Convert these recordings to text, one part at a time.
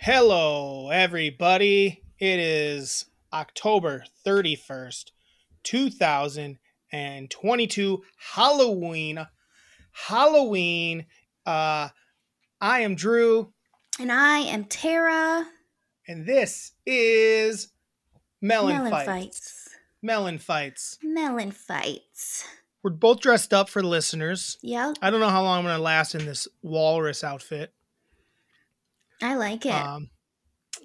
Hello, everybody. It is October 31st, 2022, Halloween. Halloween. Uh, I am Drew, And I am Tara. and this is Melon, Melon Fight. fights. Melon Fights. Melon fights. We're both dressed up for the listeners. Yep, I don't know how long I'm going to last in this walrus outfit. I like it. Um,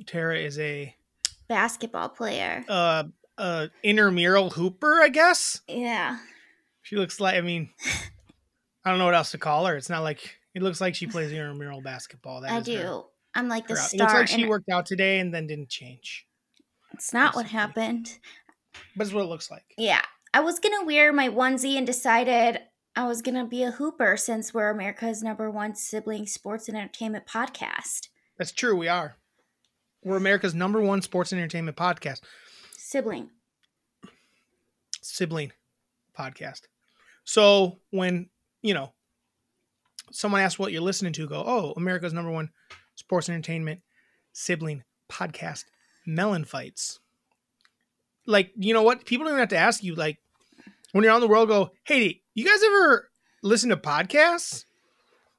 Tara is a Basketball player. uh, uh, intramural hooper, I guess. yeah. She looks like I mean, I don't know what else to call her. It's not like it looks like she plays intramural basketball. That I is her- do. I'm like the her out- It star. looks like she in- worked out today and then didn't change. it's not what basically. happened. But it's what it looks like. Yeah. I was going to wear my onesie and decided I was going to be a hooper since we're America's number one sibling sports and entertainment podcast. That's true. We are. We're America's number one sports and entertainment podcast, Sibling. sibling podcast. So when you know someone asks what you're listening to, go, "Oh, America's number one sports and entertainment sibling podcast, Melon Fights." Like you know what? People don't even have to ask you. Like when you're on the world, go, "Hey, you guys ever listen to podcasts?"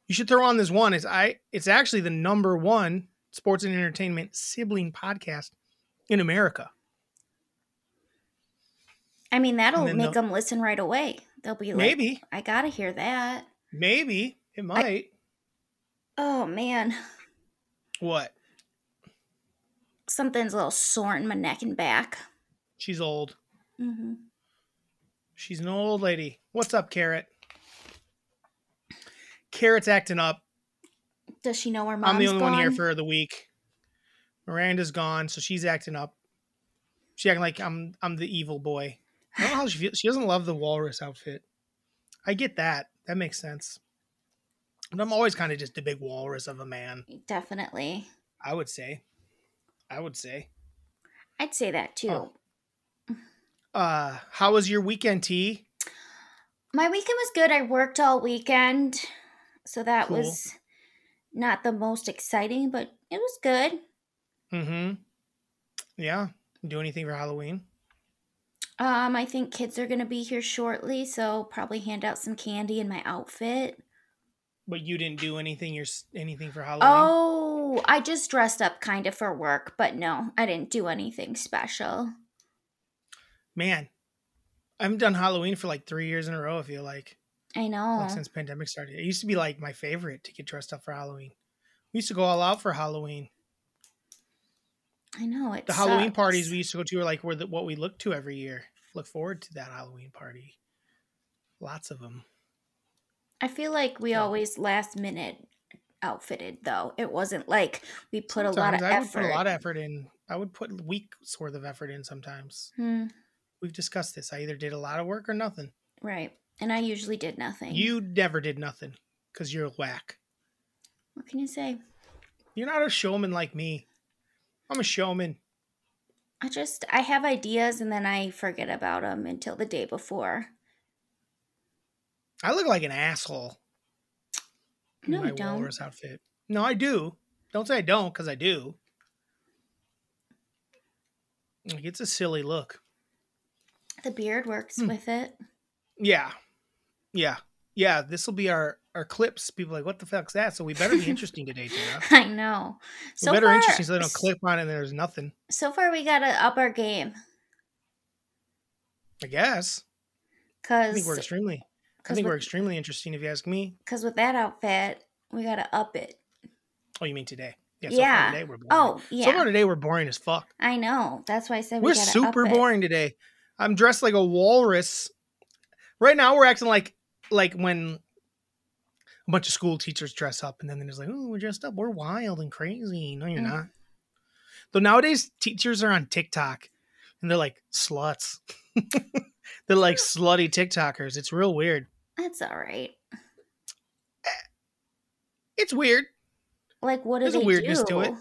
You should throw on this one. It's I. It's actually the number one sports and entertainment sibling podcast in America. I mean, that'll then make they'll- them listen right away. They'll be like, Maybe, I got to hear that. maybe it might. Oh, man. what? Something's a little sore in my neck and back. She's old. Mm-hmm. She's an old lady. What's up, Carrot? Carrot's acting up. Does she know her mom's I'm the only gone? one here for the week. Miranda's gone, so she's acting up. She acting like I'm I'm the evil boy. I don't know how she feels. She doesn't love the walrus outfit. I get that. That makes sense. But I'm always kind of just a big walrus of a man. Definitely. I would say. I would say. I'd say that too. Oh. Uh, how was your weekend, T? My weekend was good. I worked all weekend. So that Cool. was not the most exciting, but it was good. Mm-hmm. Yeah. Do anything for Halloween? Um, I think kids are gonna be here shortly, so probably hand out some candy in my outfit. But you didn't do anything. Your s- anything for Halloween. Oh, I just dressed up kind of for work, but no, I didn't do anything special. man, I haven't done Halloween for like three years in a row. I feel like, I know. like since pandemic started, it used to be like my favorite to get dressed up for Halloween. We used to go all out for Halloween. I know it. The Halloween parties sucks. we used to go to were like were the, what we look to every year. Look forward to that Halloween party. Lots of them. I feel like we So- always last minute outfitted though. It wasn't like we put a lot of Sometimes I would effort. put a lot of effort in. I would put weeks worth of effort in sometimes. Hmm, We've discussed this. I either did a lot of work or nothing. right. And I usually did nothing. You never did nothing because you're whack. What can you say? You're not a showman like me. I'm a showman. I just I have ideas and then I forget about them until the day before. I look like an asshole in No, my you don't. walrus outfit. No, I do. Don't say I don't, because I do. Like, it's a silly look. The beard works Hmm. with it. Yeah, yeah, yeah. This will be our our clips. People are like, what the fuck's that? So we better be interesting today, Tara. I know. We So better far, interesting so they don't s- clip on it and there's nothing. So far, we gotta up our game I guess. I think we're because extremely. I because think we're with, extremely interesting if you ask me. 'cause with that outfit, we gotta up it. Oh, you mean today? Yeah. today we're boring. Oh So yeah, far today we're boring as fuck. I know. That's why I said we We're gotta super up it. boring today. I'm dressed like a walrus. Right now, we're acting like like when a bunch of school teachers dress up, and then they're just like, "Ooh, we're dressed up. We're wild and crazy." No, you're Mm. not. Though nowadays, teachers are on TikTok, and they're like sluts. they're like slutty TikTokers. It's real weird. That's all right. It's weird. Like what do There's a they weirdness do? to it.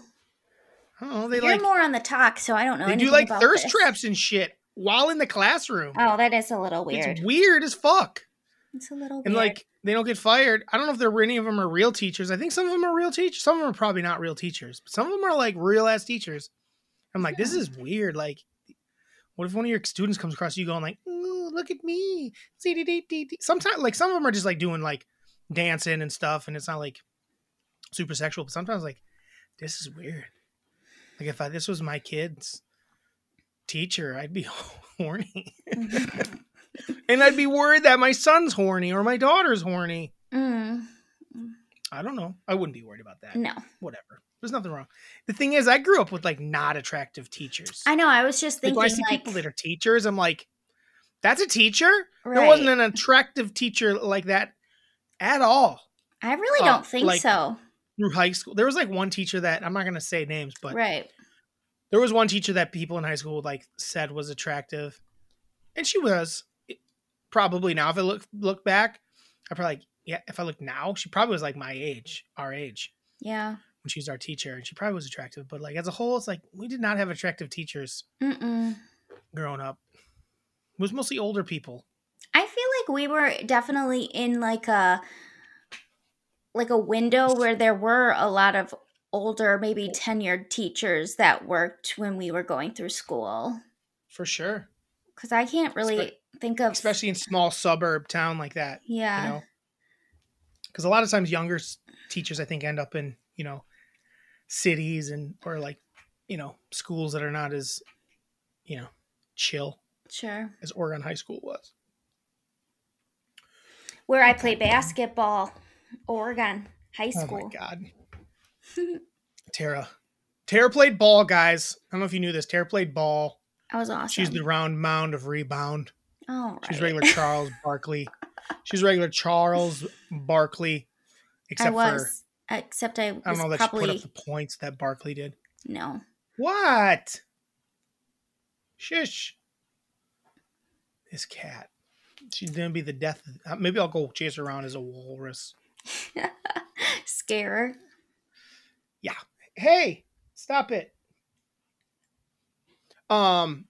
I don't know. Oh, They You're like more on the talk, so I don't know. they do anything like about thirst this. traps and shit while in the classroom. Oh, that is a little weird. It's weird as fuck. It's a little weird. And like They don't get fired. I don't know if there were any of them are real teachers. I think some of them are real teachers. Some of them are probably not real teachers. But some of them are like real ass teachers. I'm like, this is weird. Like, what if one of your students comes across you going like, "Ooh, look at me." Sometimes, like, some of them are just like doing like dancing and stuff, and it's not like super sexual. But sometimes, like, this is weird. Like, if I, this was my kid's teacher, I'd be horny, Mm-hmm. and I'd be worried that my son's horny or my daughter's horny. Mm, I don't know. I wouldn't be worried about that. no. Whatever. There's nothing wrong. The thing is, I grew up with like not attractive teachers. I know. I was just Like, thinking, when I like, see people that are teachers, I'm like, that's a teacher. There right. wasn't an attractive teacher like that at all I really uh, don't think like, so. through high school. There was like one teacher that I'm not gonna say names, but Right. there was one teacher that people in high school like said was attractive, and she was probably now. If I look look back, I probably like yeah. If I look now, she probably was like my age, our age Yeah. when she was our teacher, and she probably was attractive. But like as a whole, it's like we did not have attractive teachers Mm-mm. growing up. It was mostly older people. I feel like we were definitely in like a like a window where there were a lot of older, maybe tenured teachers that worked when we were going through school. For sure. Because I can't really think of Especially in small suburb town like that, yeah you know. Cuz a lot of times younger s- teachers I think end up in, you know, cities and or like, you know, schools that are not as, you know, chill sure as Oregon High School was. where I played basketball, Oregon high Oh school. my god. Tara. Tara played ball, guys. I don't know if you knew this. Tara played ball. I was awesome. She's the round mound of rebound. oh right. She's regular Charles Barkley. She's regular Charles Barkley, I except for was except I was I don't know that she put probably up the points that Barkley did. no. What? Shush. This cat. She's gonna be the death. uh, Maybe I'll go chase her around as a walrus. Scare. Hey, stop it. Um.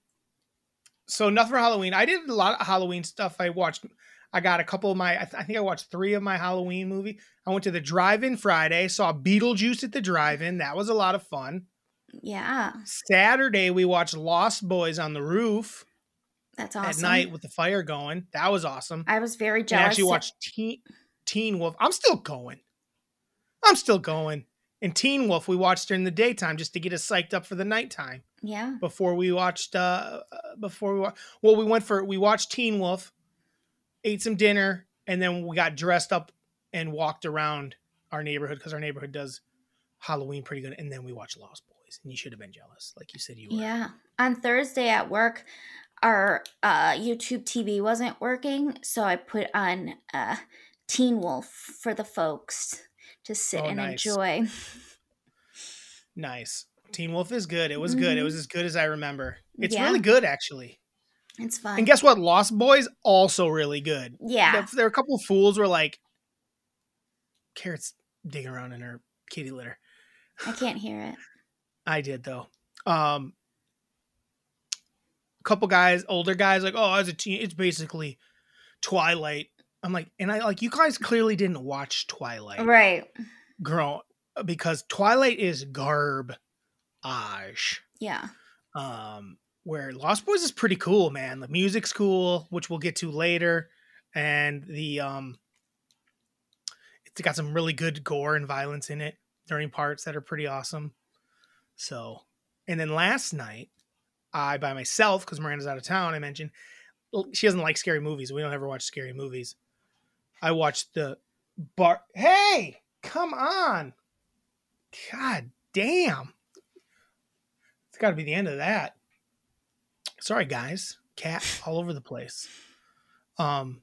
So nothing for Halloween. I did a lot of Halloween stuff. I watched. I got a couple of my. I, th- I think I watched three of my Halloween movie. I went to the drive-in Friday. Saw Beetlejuice at the drive-in. That was a lot of fun. Yeah. Saturday we watched Lost Boys on the roof. That's awesome. at night with the fire going. That was awesome. I was very And I jealous. actually watched Teen, Teen Wolf. I'm still going. I'm still going. And Teen Wolf we watched during the daytime just to get us psyched up for the nighttime Yeah. before we watched uh uh, before we wa- well we went for we watched Teen Wolf, ate some dinner, and then we got dressed up and walked around our neighborhood because our neighborhood does Halloween pretty good. And then we watched Lost Boys, and you should have been jealous, like you said you were. Yeah. On Thursday at work, our uh, YouTube TV wasn't working, so I put on uh, Teen Wolf for the folks to sit Oh, and nice. enjoy. Nice. Teen Wolf is good. It was good. It was Mhm. as good as I remember. It's Yeah. really good, actually. It's fun. And guess what? Lost Boys also really good. yeah. There, there are a couple of fools were like, carrots digging around in her kitty litter. I can't hear it. I did though. Um, a couple guys, older guys, like, oh, as a teen, it's basically Twilight. I'm like, and I like you guys clearly didn't watch Twilight, Right. girl, because Twilight is garbage. Yeah. um, where Lost Boys is pretty cool, man. The music's cool, which we'll get to later, and the um, it's got some really good gore and violence in it during parts that are pretty awesome. So, and then last night, I by myself because Miranda's out of town. I mentioned well, she doesn't like scary movies. We don't ever watch scary movies. I watched the bar. Hey, come on! God damn! It's got to be the end of that. Sorry, guys. Cat all over the place. Um,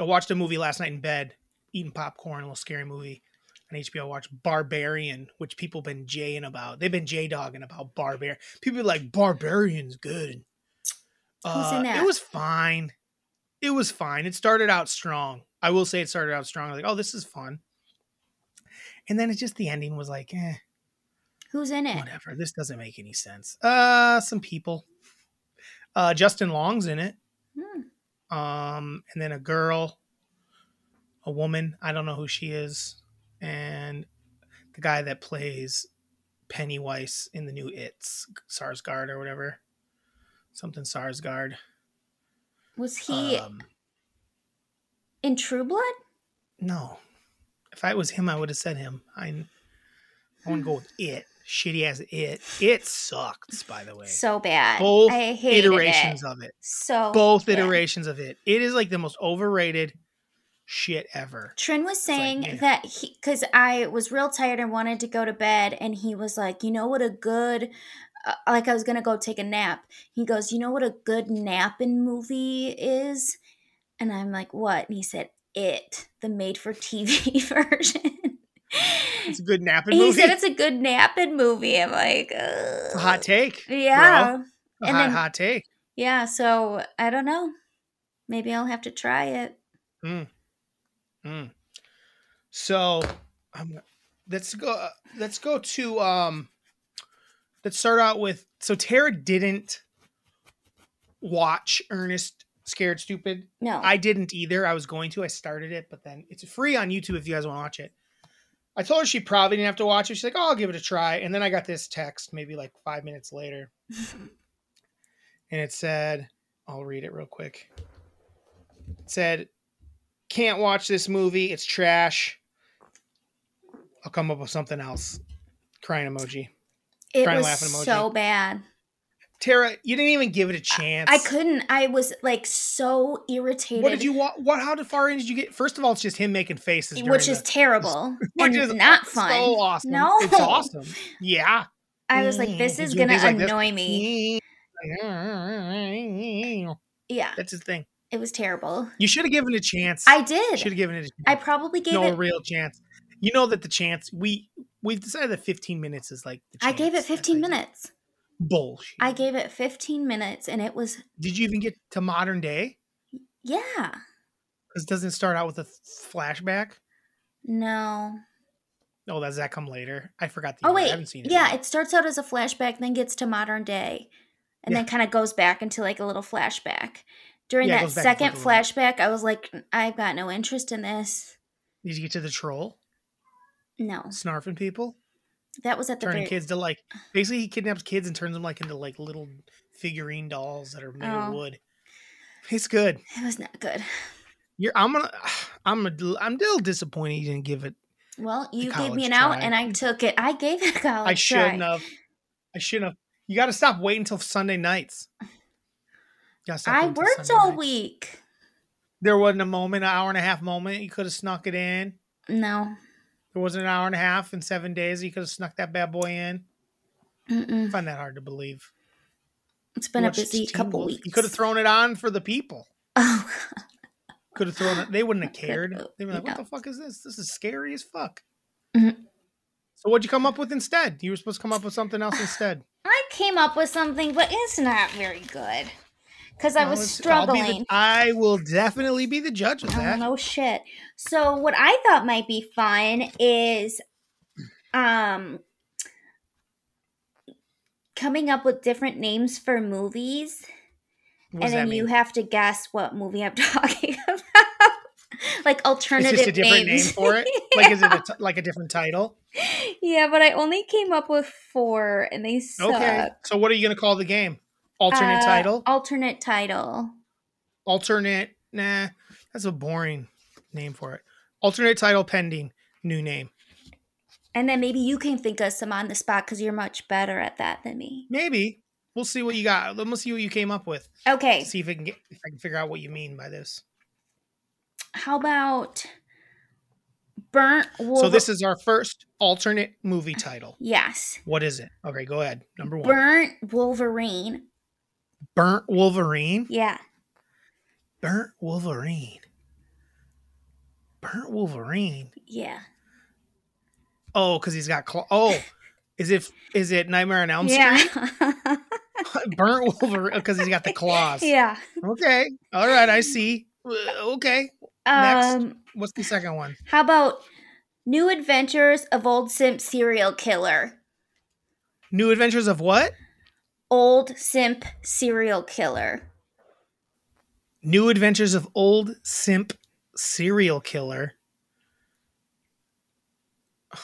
I watched a movie last night in bed, eating popcorn, a little scary movie on HBO. I watched Barbarian, which people been jaying about. They've been j dogging about Barbarian. People be like, Barbarian's good. Who's in Uh, that? It was fine. It was fine. It started out strong. I will say it started out strong. Like, oh, this is fun. And then it just the ending was like, eh Who's in it? whatever. This doesn't make any sense. Uh, some people. Uh, Justin Long's in it. Hmm. Um, and then a girl. a woman. I don't know who she is, and the guy that plays Pennywise in the new It's Sarsgaard or whatever, something Sarsgaard. Um, Was he Uh, in True Blood? No, if I was him, I would have said him. I, I want to go with it. Shitty as it. It sucked, by the way. So bad. Both I hated iterations it. of it. So Both bad. iterations of it. It is like the most overrated shit ever. Trin was like, saying man. that he, because I was real tired and wanted to go to bed, and he was like, "You know what a good, uh, like I was gonna go take a nap." He goes, "You know what a good nap in movie is," and I'm like, "What?" And he said, "It, the made-for-TV version." It's a good napping he movie. said it's a good nap in movie. I'm like, It's a hot take. "Ugh." bro. yeah, A and hot, then- hot take. yeah." So I don't know. Maybe I'll have to try it. Mm. So, um, let's go. uh, Let's go to. Um, let's start out with. So Tara didn't watch Ernest Scared Stupid. No, I didn't either. I was going to. I started it, but then it's free on YouTube if you guys want to watch it. I told her she probably didn't have to watch it. She's like, oh, I'll give it a try. And then I got this text maybe like five minutes later. and it said, I'll read it real quick. It said, can't watch this movie. It's trash. I'll come up with something else. Crying emoji. it crying was laughing emoji. so bad. Tara, you didn't even give it a chance. I couldn't. I was like so irritated. What did you wa What? How far in did you get? First of all, it's just him making faces, during which the- is terrible and not fun. So awesome. No. it's awesome. Yeah, I was like, this Did is you gonna things like this? annoy me. Yeah, that's his thing. it was terrible. You should have given it a chance. I should did. have given it a I chance. probably gave no it. a real chance. You know that the chance we we've decided that 15 minutes is like. The I gave it chance. That's 15 like minutes. Bullshit. I gave it 15 minutes, and it was Did you even get to modern day? yeah. Because doesn't it start out with a flashback? No. Oh, does that come later? I forgot the. Oh order. wait. I haven't seen it. yeah, yet. it starts out as a flashback, then gets to modern day, and then kind of goes back into like a little flashback. During Yeah, it that goes back and second forth a little flashback, I was like, I've got no interest in this. Did you get to the troll No, snarfing people? that was at the turning very kids to like basically he kidnaps kids and turns them like into like little figurine dolls that are made of Oh. wood. It's good. It was not good. You're I'm gonna I'm a, I'm still disappointed you didn't give it. Well, you gave college me an out try. and I took it. I gave it a college I shouldn't try. have. I shouldn't have. You got to stop waiting until Sunday nights. You gotta stop I waiting till worked Sunday all nights. week. There wasn't a moment, an hour and a half moment you could have snuck it in. No. There wasn't an hour and a half in seven days you could have snuck that bad boy in. I Mm-mm. find that hard to believe. It's been a Watched busy Teen couple Wolf. weeks. You could have thrown it on for the people. could Oh, have thrown it. They wouldn't have Could- cared. They'd be like, "What no. the fuck is this? This is scary as fuck." Mhm. So what'd you come up with instead? You were supposed to come up with something else instead. I came up with something, but it's not very good. Because I No, was it's- I'll be the- struggling. I will definitely be the judge of Oh, that. no shit. So what I thought might be fun is um coming up with different names for movies What does and that then mean? you have to guess what movie I'm talking about. like it's alternative just a different names. name for it. Like is it a t- like a different title? yeah, but I only came up with four, and they suck. Okay. So what are you gonna call the game? Alternate Uh, title. Alternate title. Alternate. Nah, that's a boring name for it. Alternate title pending. New name. And then maybe you can think of some on the spot because you're much better at that than me. Maybe we'll see what you got. Let me see what you came up with. Okay, See if I can get if I can figure out what you mean by this. how about burnt? Wolver- So this is our first alternate movie title. yes, What is it? Okay, go ahead. Number one, burnt Wolverine. burnt Wolverine. Yeah, Burnt Wolverine. Burnt Wolverine. yeah, Oh, because he's got claw. Oh, is it is it Nightmare on Elm yeah, Street? burnt Wolverine because he's got the claws. yeah. Okay. All right. I see. Uh, Okay. Next. Um, What's the second one? how about new adventures of old simp serial killer? New Adventures of what? Old simp serial killer. New Adventures of Old Simp serial killer.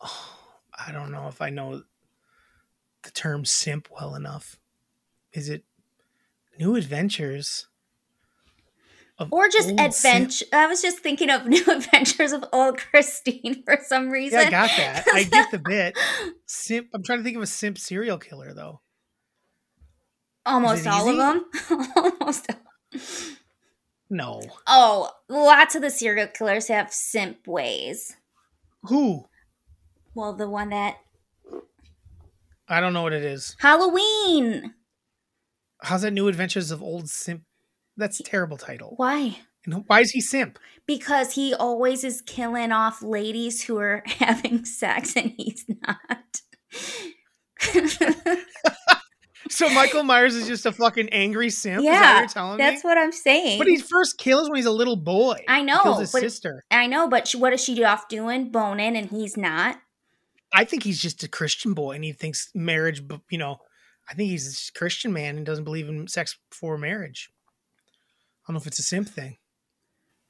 Oh, I don't know if I know the term simp well enough. Is it new adventures? of Or just old simp- adventure. I was just thinking of New Adventures of Old Christine for some Yeah, reason. I got that. I get the bit. Simp. I'm trying to think of a simp serial killer though. Almost all easy? of them. Almost. all- No. Oh, lots of the serial killers have simp ways. Who? Well, the one that I don't know what it is. Halloween. How's that new adventures of old simp? That's a terrible title. Why? And why is he simp? Because he always is killing off ladies who are having sex and he's not. So Michael Myers is just a fucking angry simp. is that what Yeah, you're telling That's me? what I'm saying. But he first kills when he's a little boy. I He know, kills his but- sister. I know, but she, what is she off doing? Boning and he's not. I think he's just a Christian boy, and he thinks marriage. b- You know, I think he's just a Christian man and doesn't believe in sex before marriage. I don't know if it's a simp thing.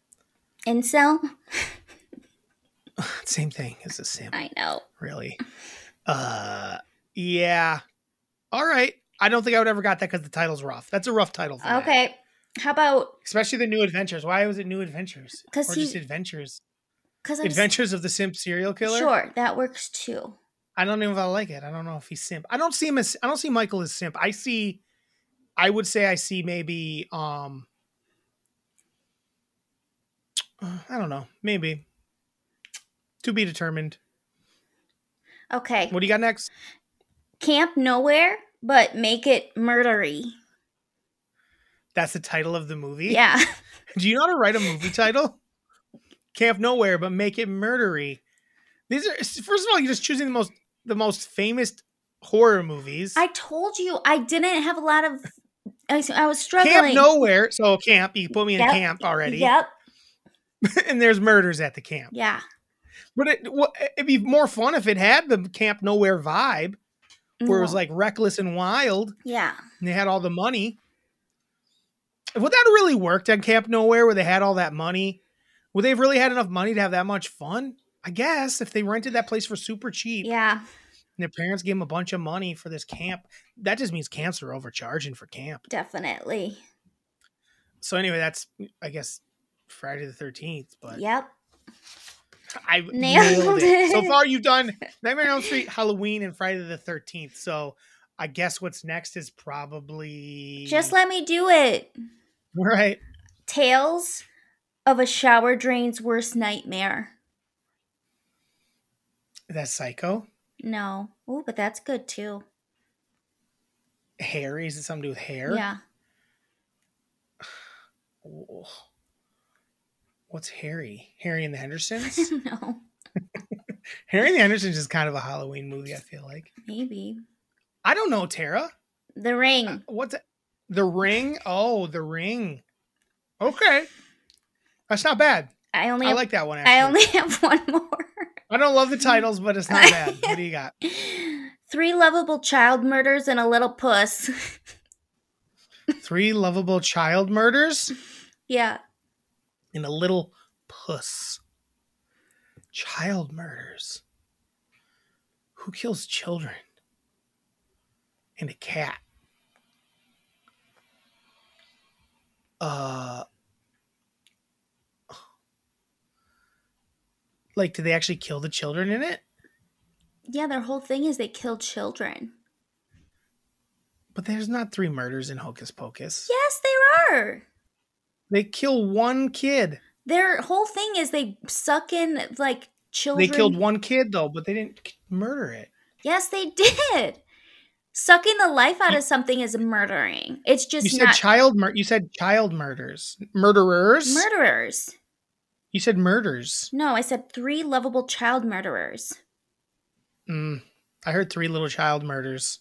Incel? Same thing as a simp. I know. really. Uh, yeah. All right. I don't think I would ever got that because the title's rough. That's a rough title. For that. Okay. How about Especially the new adventures. Why was it new adventures? 'Cause or he- just adventures? because I'm Adventures of the Simp serial killer. sure that works too. I don't know if I like it. I don't know if he's simp. I don't see him as. I don't see Michael as simp. I see. I would say I see maybe. um uh, I don't know. Maybe. To be determined. Okay. What do you got next? Camp nowhere, but make it murdery. That's the title of the movie. Yeah. Do you know how to write a movie title? Camp Nowhere, but make it murdery. These are first of all, you're just choosing the most the most famous horror movies. I told you I didn't have a lot of. I, s- I was struggling. camp Nowhere. So camp, you put me in Yep. camp already. Yep. and there's murders at the camp. Yeah. But it wha- it'd be more fun if it had the Camp Nowhere vibe, where it was No. like reckless and wild, Mm-hmm. Yeah. and they had all the money. Would that have really worked on Camp Nowhere, where they had all that money? Would they have really had enough money to have that much fun? I guess if they rented that place for super cheap. Yeah. and their parents gave them a bunch of money for this camp. That just means camps are overcharging for camp. Definitely. So anyway, that's I guess Friday the thirteenth. But Yep. I nailed, Nailed it. So it. far, you've done Nightmare on Elm Street, Halloween, and Friday the thirteenth. So I guess what's next is probably Just let me do it. right. Tales of a shower drain's worst nightmare. That's Psycho. No. Oh, but that's good too. Hair is it something to do with hair? Yeah. Oh. What's Harry? Harry and the Hendersons? no. Harry and the Hendersons is kind of a Halloween movie, I feel like. Maybe. I don't know, Tara. The ring. What's that? the ring? Oh, the ring. Okay, that's not bad. I only. I have, like that one. Actually. I only have one more. I don't love the titles, but it's not bad. What do you got? Three lovable child murders and a little puss. Three lovable child murders yeah. and a little puss. Child murders. Who kills children? And a cat. Uh. Like, do they actually kill the children in it? Yeah, their whole thing is they kill children. But there's not three murders in Hocus Pocus. Yes, there are. They kill one kid. Their whole thing is they suck in like children. They killed one kid though, but they didn't k- murder it. Yes, they did. Sucking the life out of something is murdering. It's just You said not child mur- you said child murders. Murderers? murderers. you said murders. No, I said three lovable child murderers. Mm. I heard three little child murders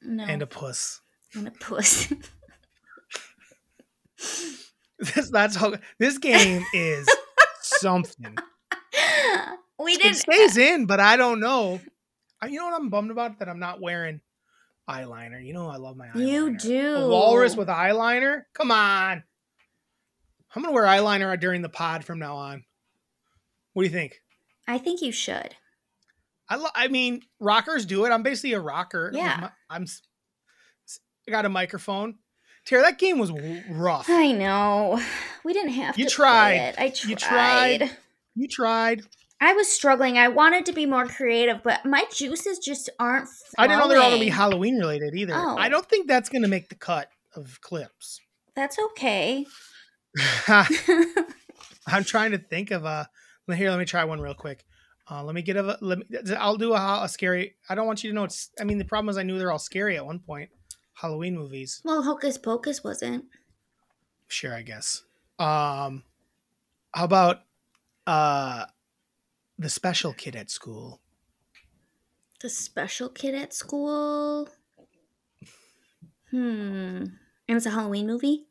No, and a puss. and a puss. This, that's how this game is something. we It didn't. uh, stays in, but I don't know. I- You know what I'm bummed about that I'm not wearing eyeliner. You know I love my eyeliner. You do. A walrus with eyeliner? Come on. I'm gonna wear eyeliner during the pod from now on. What do you think? I think you should. I lo- I mean, rockers do it. I'm basically a rocker. Yeah. With my- I'm. s- s- I got a microphone. Tara, that game was w- rough. I know. We didn't have You to. play tried. it. I tried. You tried. You tried. I was struggling. I wanted to be more creative, but my juices just aren't. Flowing. I didn't know they were all gonna be Halloween related either. Oh. I don't think that's gonna make the cut of clips. That's okay. I'm trying to think of a. Here, let me try one real quick. Uh, let me get a. Let me. I'll do a, a scary. I don't want you to know it's. I mean, the problem is I knew they're all scary at one point. Halloween movies. well, Hocus Pocus wasn't. Sure, I guess. Um, how about uh, the special kid at school? The special kid at school. Hmm. And it's a Halloween movie.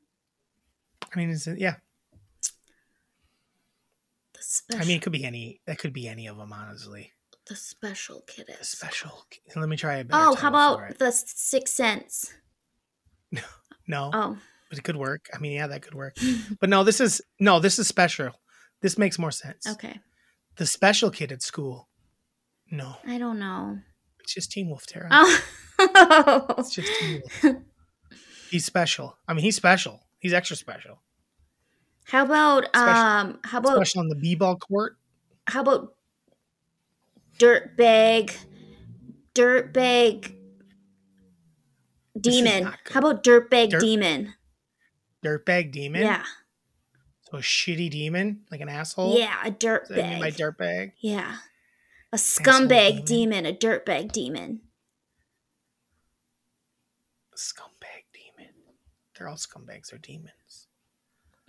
I mean, is it, yeah. The special. I mean, it could be any. That could be any of them, honestly. the special kid at The school. special. ki- Let me try a better Oh, how title for about it. the Sixth Sense? no? Oh, But it could work. I mean, yeah, that could work. But no, this is no. This is special. This makes more sense. Oh, okay. the special kid at school. No, I don't know. it's just Teen Wolf Tara. Oh. It's just Teen Wolf. he's special. I mean, he's special. He's extra special. How about Special- um? How about Special on the b-ball court. how about dirtbag, dirtbag is demon? not good. How about dirtbag Dirt- demon? Dirtbag demon. Yeah, So a shitty demon, like an asshole. yeah, a Does that mean dirtbag. my dirtbag. yeah, a Asshole demon. scumbag demon. a dirtbag demon. Scumbag demon. They're all scumbags. They're demons.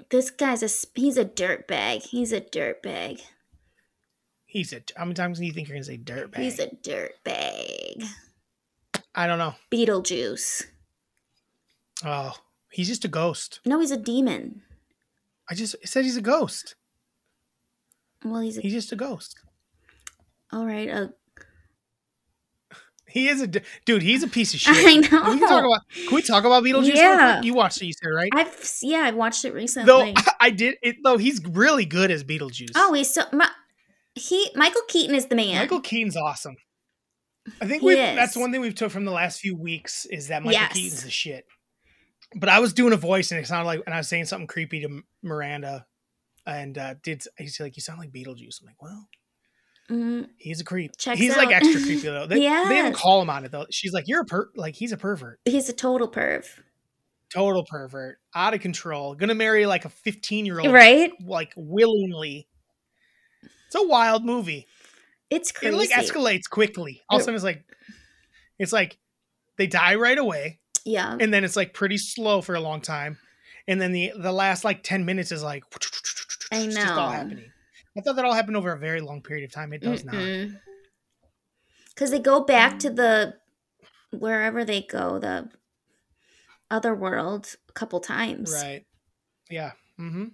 This guy's a sp- he's a dirtbag. He's a dirtbag. He's a. How many times do you think you're gonna say dirtbag? He's a dirtbag. I don't know. Beetlejuice. Oh, he's just a ghost. No, he's a demon. I just it said he's a ghost. Well, he's a, He's just a ghost. all right. A, He is a d- dude. He's a piece of shit. I We can talk know. about. Can we talk about Beetlejuice? real Yeah. quick? you watched it, you said right. I've s- yeah, I watched it recently. Though I did it. Though he's really good as Beetlejuice. Oh, he's so my, he Michael Keaton is the man. Michael Keaton's awesome. I think He we. is. That's one thing we've took from the last few weeks is that Michael Yes. Keaton's the shit. But I was doing a voice and it sounded like, and I was saying something creepy to M- Miranda, and uh did he's like, "You sound like Beetlejuice." I'm like, "Well, Mm, he's a creep. Checks he's like out. extra creepy though. They, they didn't Yes. call him on it though. She's like, "You're a per like he's a pervert." he's a total perv, total pervert, out of control, gonna marry like a 15 year old, right? like willingly. It's a wild movie. It's crazy. It like escalates quickly. All of a Yeah. sudden, it's like, it's like they die right away, yeah, and then it's like pretty slow for a long time, and then the the last like 10 minutes is like, I it's just all know. happening. I thought that all happened over a very long period of time. It does Mm-hmm. not. Because they go back to the wherever they go, the other world, a couple times. Right. Yeah. Mm-hmm.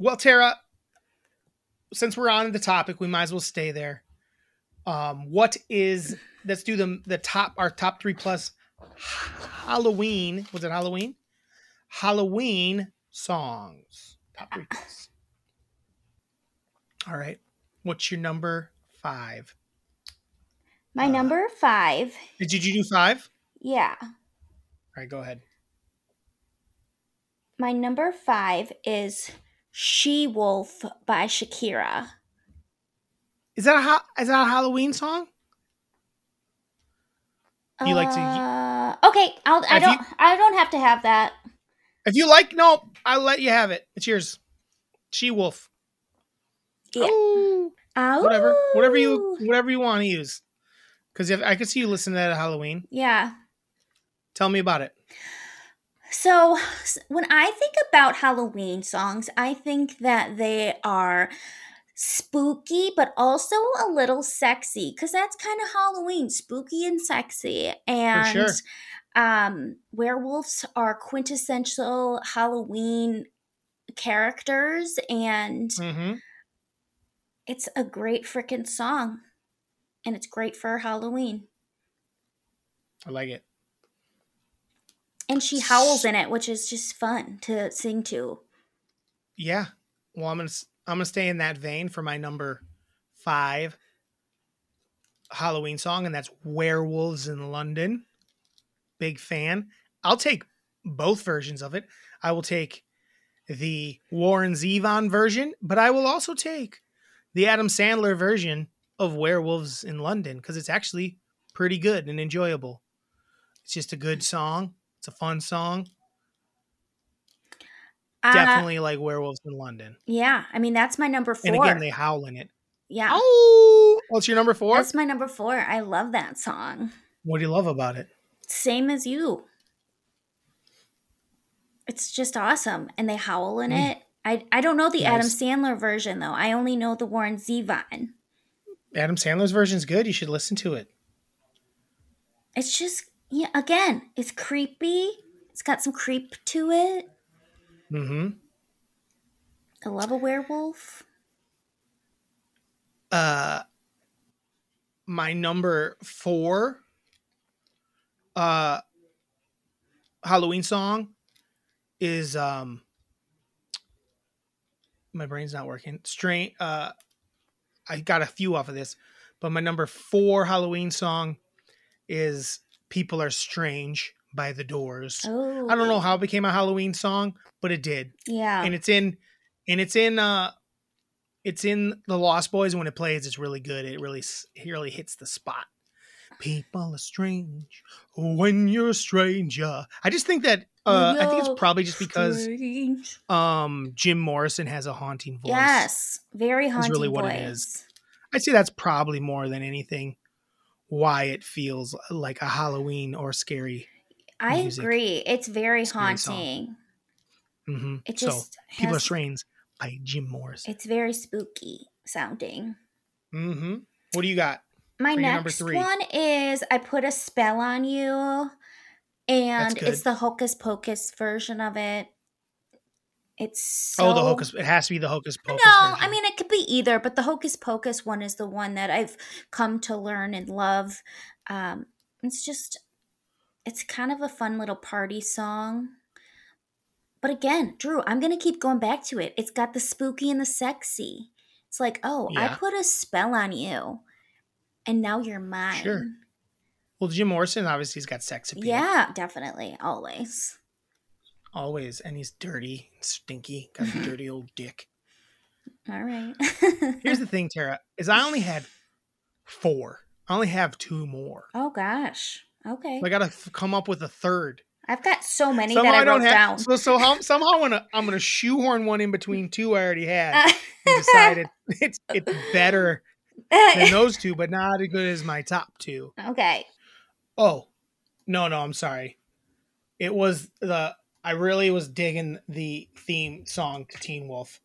Well, Tara, since we're on the topic, we might as well stay there. Um, what is let's do the the top our top three plus Halloween. Was it Halloween? Halloween songs. Top three plus. All right. What's your number five? My Uh, number five. Did you do five? Yeah, All right, go ahead. my number five is She Wolf by Shakira. Is that a ha- is that a Halloween song? You like to- Uh, okay, I'll. I Have don't. I don't have to have that. If you like, no, I'll let you have it. It's yours. She wolf. Yeah. Ooh. Whatever. Whatever you Ow. whatever you want to use. Cause if I could see you listen to that at Halloween. Yeah. Tell me about it. So, s- when I think about Halloween songs, I think that they are spooky, but also a little sexy because that's kind of Halloween spooky and sexy. And sure. um, werewolves are quintessential Halloween characters, and hmm it's a great freaking song. And it's great for Halloween. I like it. And she howls in it, which is just fun to sing to. yeah. Well, I'm gonna s- I'm gonna stay in that vein for my number five Halloween song, and that's Werewolves in London. Big fan. I'll take both versions of it. I will take the Warren Zevon version, but I will also take the Adam Sandler version of Werewolves in London because it's actually pretty good and enjoyable. It's just a good song. It's a fun song. Uh, Definitely like Werewolves in London. Yeah. I mean, that's my number four. And again, they howl in it. yeah. Oh, what's your number four? That's my number four. I love that song. What do you love about it? Same as you. It's just awesome. And they howl in Mm. it. I, I don't know the Adam Nice. Sandler version, though. I only know the Warren Zevon. Adam Sandler's version's good. You should listen to it. It's just, yeah, again, it's creepy. It's got some creep to it. Mm-hmm. I love a werewolf. Uh, my number four uh Halloween song is um my brain's not working. Strain uh I got a few off of this, but my number four Halloween song is People Are Strange by the Doors. Oh. I don't know how it became a Halloween song, but it did. Yeah. and it's in and it's in uh it's in the lost boys and when it plays it's really good it really s- it really hits the spot people are strange when you're a stranger i just think that uh i think Yo, it's probably just because strange. um jim morrison has a haunting voice Yes. Very haunting. really what it voice. is. i'd say that's probably more than anything why it feels uh, like a halloween or scary I Music. agree. It's very Scary song. haunting. hmm It So, just people are has- strange by jim morrison It's very spooky sounding. mm-hmm what do you got My For your number next three. one is I put a spell on you, and good. it's the Hocus Pocus version of it. It's so oh the hocus it has to be the hocus pocus no, I version. mean it could be either, but the Hocus Pocus one is the one that I've come to learn and love. Um, it's just, it's kind of a fun little party song. But again, Drew, I'm gonna keep going back to it. It's got the spooky and the sexy. It's like, oh, I Yeah. put a spell on you, and now you're mine. Sure. Well, Jim Morrison obviously has got sex appeal. Yeah, definitely, always. Always. And he's dirty, stinky, got a dirty old dick. All right. Here's the thing, Tara, is I only had four. I only have two more. oh gosh. Okay. I gotta f- come up with a third. I've got so many Somehow that I, I don't wrote have. down. So, so how, somehow I'm gonna I'm gonna shoehorn one in between two I already had. Uh, and decided it's it's better than those two, but not as good as my top two. okay. Oh, no, no, I'm sorry. It was the I really was digging the theme song to Teen Wolf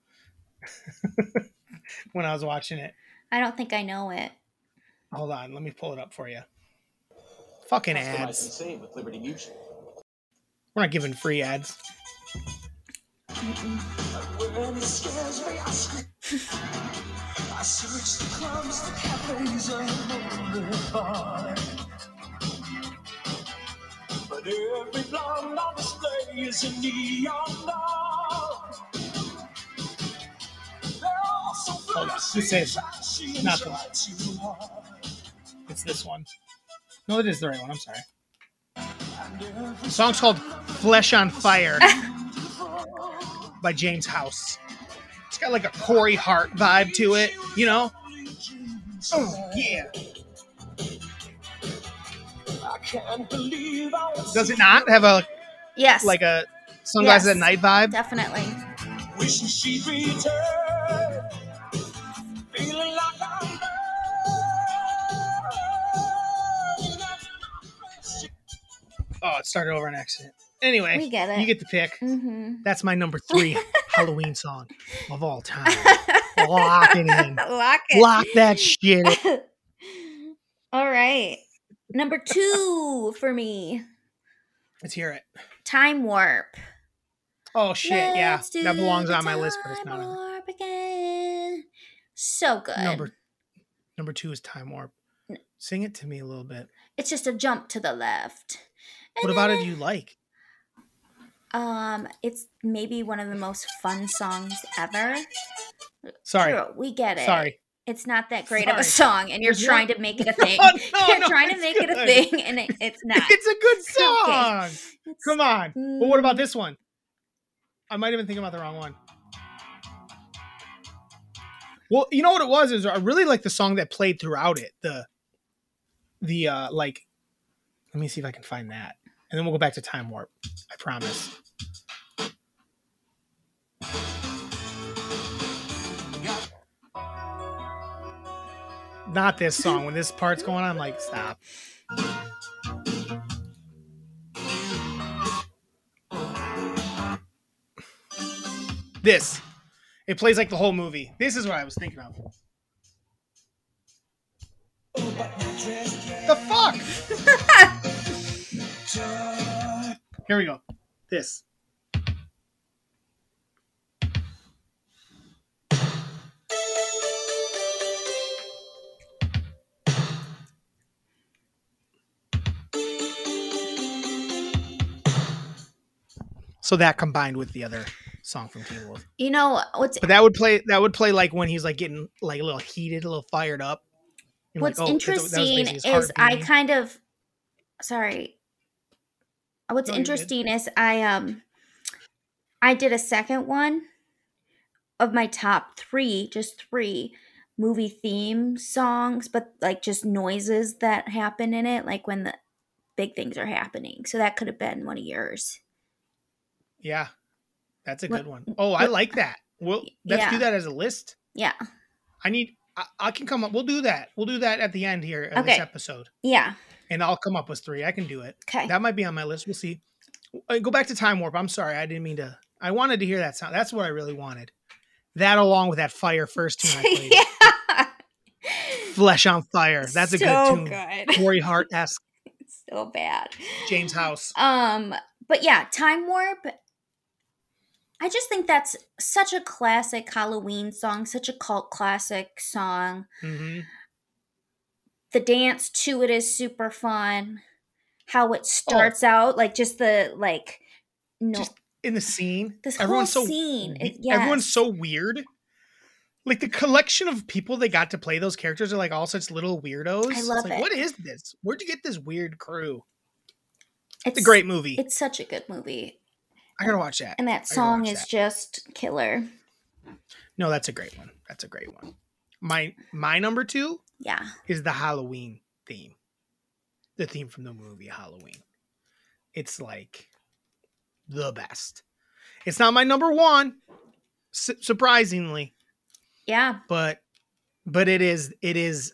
when I was watching it. I don't think I know it. Hold on, let me pull it up for you. Fucking That's what I can ads. say with Liberty Mutual. We're not giving free ads. When it scares me, I scream. I search the clubs, the cafes, and the boulevard. But every blonde on display is a neon dog. They're all so Hold on, flashy, this is- trashy, and not the- try too hard. It's this one. No, it is the right one. I'm sorry. And every The song's called Flesh on Fire by James House. It's got like a Corey Hart vibe to it, you know? dream's Oh, yeah. I can't believe I was Does it not have a Yes. like a sunglasses Yes. at night vibe? definitely. Wishing she'd return. Feeling like I'm burning at my best. Oh, it started over an accident. Anyway, We get it. you get the pick. mm-hmm. That's my number three Halloween song of all time. Lock it in. Lock it. Lock that shit. in. All right. Number two for me. Let's hear it. Time warp. Oh shit, yeah, Let's do that belongs the on my list, but it's not Time on warp again. So good. it. number. Number two is Time Warp. Sing it to me a little bit. It's just a jump to the left. What And about then it you like? Um, it's maybe one of the most fun songs ever. Sorry. Sure, we get it. Sorry. It's not that great of a Sorry. song, and you're It's trying not- to make it a thing. No, Oh, no, you're no, trying to it's make it a good. thing, and it, it's not. It's a good song. Okay. It's- Come on. But what about this one? I might have been thinking about the wrong one. Well, you know what it was is I really like the song that played throughout it. The the uh like let me see if I can find that. And then we'll go back to time warp. I promise. Not this song. When this part's going on, I'm like, stop. This. It plays like the whole movie. This is what I was thinking of. The fuck? Here we go. This. So that combined with the other song from Teen Wolf. You know what's But that would play. That would play like when he's like getting like a little heated, a little fired up. And, like, What's oh, that- that was interesting basically his heart is I beating. kind of sorry. What's No, you're good. interesting is I um I did a second one of my top 3, just 3 movie theme songs, but like just noises that happen in it like when the big things are happening. So that could have been one of yours. Yeah, that's a What- good one. Oh, I what- like that. Well, let's do Yeah. that as a list. Yeah. I need. I, I can come up. We'll do that. We'll do that at the end here of this Okay. episode, Yeah. and I'll come up with three. I can do it. Okay. That might be on my list. We'll see. Uh, Go back to time warp. I'm sorry. I didn't mean to. I wanted to hear that sound. That's what I really wanted. That along with that fire first tune I played. yeah. Flesh on fire. That's a So good tune. good. Corey Hart esque so bad. James House. Um, but yeah, Time Warp. I just think that's such a classic Halloween song, such a cult classic song. hmm The dance to it is super fun. How Oh. it starts out, like just the like no Just in the scene. this whole everyone's so scene. we- Is, yes. E, everyone's so weird. Like the collection of people they got to play those characters are like all such little weirdos. It's love like, it. What is this? Where'd you get this weird crew? it's It's a great movie. It's such a good movie. I gotta watch that. And that I gotta song watch is that. just killer. No, that's a great one. That's a great one. My my number two Yeah. is the Halloween theme. The theme from the movie Halloween. It's like the best. It's not my number one, su- surprisingly, Yeah. but but it is it is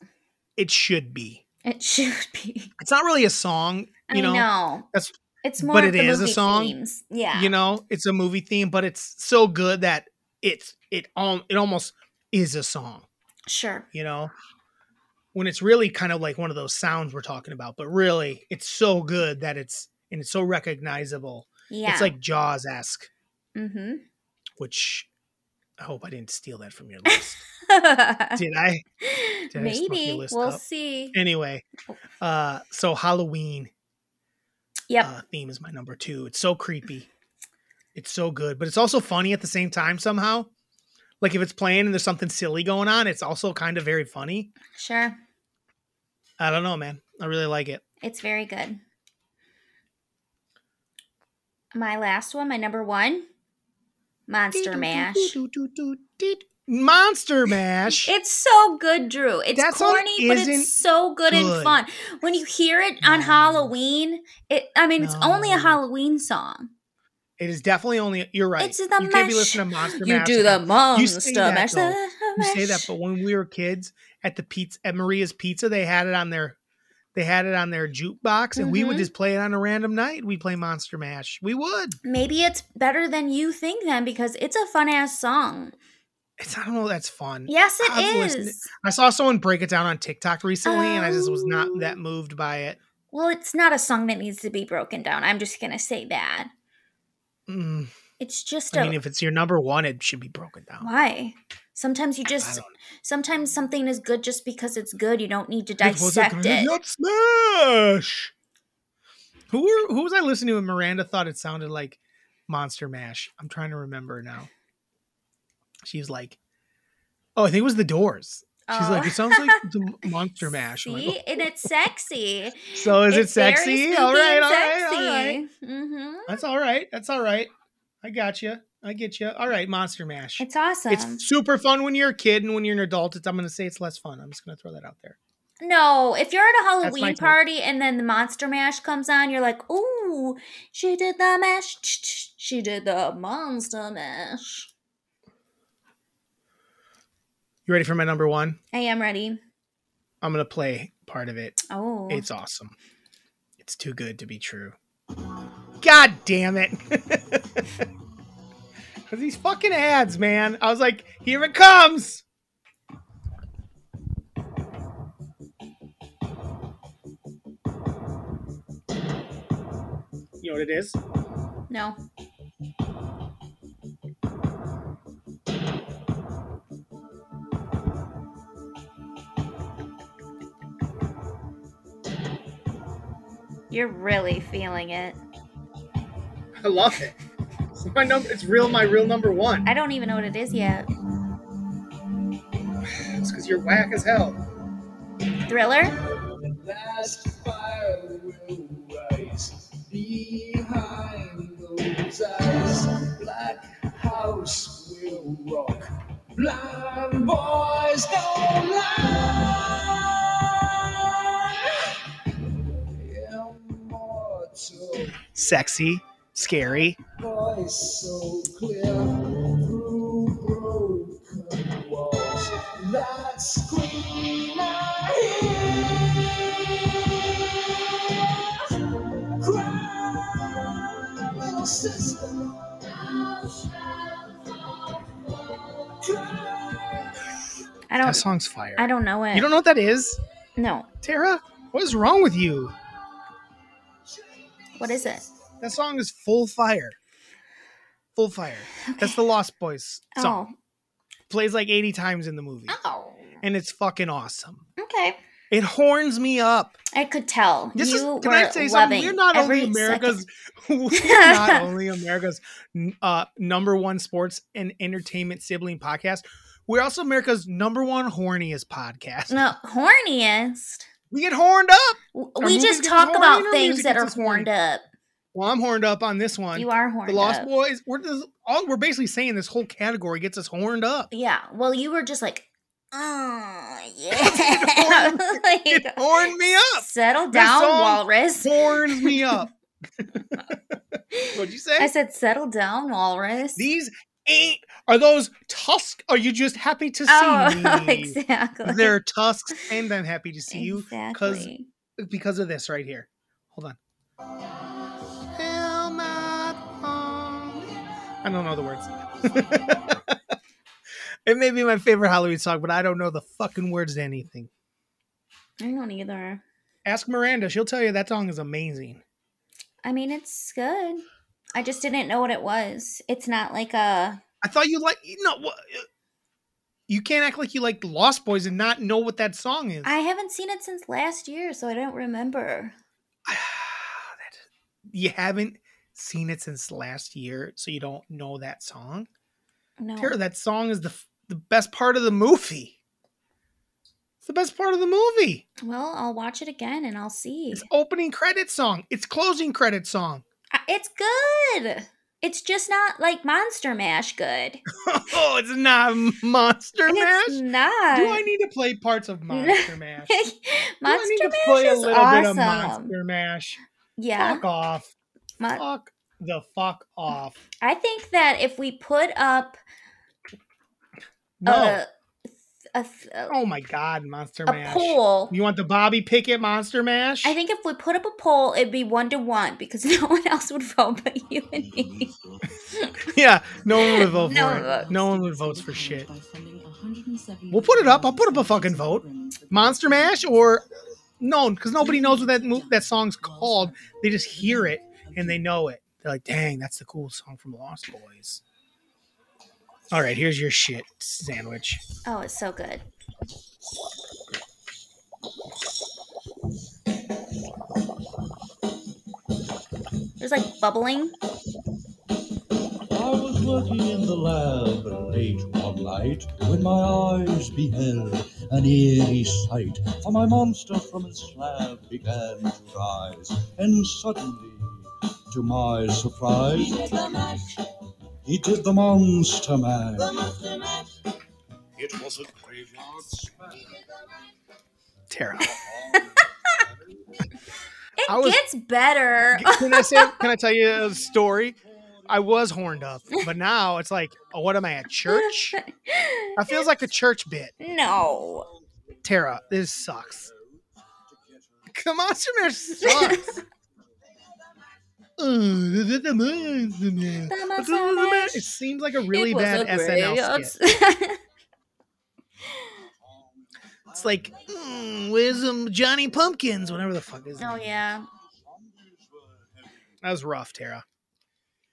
it should be. It should be. It's not really a song, you I know. know. that's- it's more but of it the is a movie song, themes. Yeah. You know, it's a movie theme, but it's so good that it's it um it almost is a song. Sure. you know when it's really kind of like one of those sounds we're talking about but really it's so good that it's and it's so recognizable Yeah. it's like jaws-esque mm-hmm. which i hope i didn't steal that from your list did i Did I just look your Maybe list we'll up? see. anyway Oh. uh so halloween Yep. uh, theme is my number two it's so creepy it's so good but it's also funny at the same time somehow like if it's playing and there's something silly going on it's also kind of very funny sure. i don't know man i really like it It's very good. My last one, my number one, Monster Mash. monster mash It's so good, Drew. It's That song corny, but isn't it's so good, good. and fun. When you hear it on No. Halloween, it I mean, it's only a No. Halloween song. It is definitely only. You're right. It's the you can't be listening to Monster Mash. and- You say that, though. You say that, but when we were kids at the pizza at Maria's Pizza, they had it on their, they had it on their jukebox, and we would Mhm. just play it on a random night. We play Monster Mash. We would. Maybe it's better than you think then because it's a fun ass song. It's I don't know. That's fun. Yes, it I've is. listened- I saw someone break it down on TikTok recently, and I just was not Oh. that moved by it. Well, it's not a song that needs to be broken down. I'm just gonna say that. Mm. It's just a I mean, if it's your number one, it should be broken down. why. Sometimes you I just don't sometimes something is good just because it's good. You don't need to It was a dissect it. graveyard smash. Who were, who was I listening to? And Miranda thought it sounded like Monster Mash. I'm trying to remember now. She's like, oh, I think it was The Doors. She's Oh. like, it sounds like the Monster Mash. I'm like, See, and it's sexy. "Oh, so is it It's very sexy? spooky All right, and all right, all right. sexy. Mhm. That's all right. That's all right. I got you. I get you. All right, Monster Mash. It's awesome. It's super fun when you're a kid, and when you're an adult, it's, I'm going to say it's less fun. I'm just going to throw that out there. no, if you're at a my Halloween take. party and then the Monster Mash comes on, you're like, "Ooh, she did the mash. Ch- ch- She did the Monster Mash." You ready for my number one? I am ready. I'm going to play part of it. Oh, It's awesome. It's too good to be true. God damn it. Because these fucking ads, man. I was like, here it comes. You know what it is? no. You're really feeling it. I love it. It's my number. It's real. My real number one. I don't even know what it is yet. It's because you're whack as hell. Thriller? Last fire will rise behind those eyes. Black house will rock. Blind boys don't lie. Immortal Sexy, scary. voice so clear through broken walls. That scream I hear. Cry, little sister. I That don't song's fire. I don't know it. You don't know what that is, No. Tara? What is wrong with you? What is it? That song is full fire. Full fire. That's the Lost Boys song. Plays like 80 times in the movie. Oh. Oh. And it's fucking awesome. Okay. It horns me up. I could tell. This you is were can I say loving something? We're not only every America's second. we're not only America's uh, number one sports and entertainment sibling podcast. We're also America's number one horniest podcast. No, horniest. We get horned up. W- Our We movie just gets talk horny about and our things music that gets are us horny. horned up. Well, I'm horned up on this one. You are horned the Lost up. Boys. We're this, all we're basically saying this whole category gets us horned up. Yeah. Well, you were just like, oh, yeah. It Like, horned me up. settle This down, song- walrus. Horns me up. What'd you say? I said, settle down, walrus. These ain't are those tusks? Are you just happy to see oh, me? exactly. They're tusks, and I'm happy to see you exactly. because of this right here. Hold on. Fill my phone. I don't know the words. it may be my favorite Halloween song, but I don't know the fucking words to anything. I don't either. Ask Miranda; she'll tell you that song is amazing. I mean, it's good. I just didn't know what it was. It's not like a. I thought you like you know what. You can't act like you like Lost Boys and not know what that song is. I haven't seen it since last year, so I don't remember. That- you haven't seen it since last year, so you don't know that song. No. Tara, that song is the f- the best part of the movie. It's the best part of the movie. Well, I'll watch it again and I'll see. It's opening credit song. It's closing credit song. I- It's good. It's just not like Monster Mash good. oh, it's not Monster Mash. It's not. Do I need to play parts of Monster Mash? Do I need Monster to Mash play a is little bit of awesome. Monster Mash? Yeah. Fuck off. Mon- Fuck the fuck off. I think that if we put up No. a, a, a, oh my god, Monster Uh, a Mash. poll, You want the Bobby Pickett Monster Mash? I think if we put up a poll, it'd be one to one because no one else would vote but you and me. yeah, no one would vote for No it. one votes. No one would vote for shit. We'll put it up. I'll put up a fucking vote. Monster Mash or no, because nobody knows what that mo- that song's called. They just hear it and they know it. They're like, dang, that's the cool song from Lost Boys. All right, here's your shit sandwich. Oh, it's so good. There's like bubbling. working in the lab late one night when my eyes beheld an eerie sight. For my monster from its slab began to rise, and suddenly, to my surprise, he did the monster mash. It was a graveyard smash. Tara. It I was- gets better. Can I say? Can I tell you a story? I was horned up, but now it's like, oh, what am I at church? I feels like a church bit. no. Tara, this sucks. The monster mash sucks. Oh, this is the monster mash. The This is monster the mash. mash. It seems like a really It was bad a SNL graveyard skit. s- It's like, mm, where's um, Johnny Pumpkins? Whatever the fuck is. oh yeah. That was rough, Tara.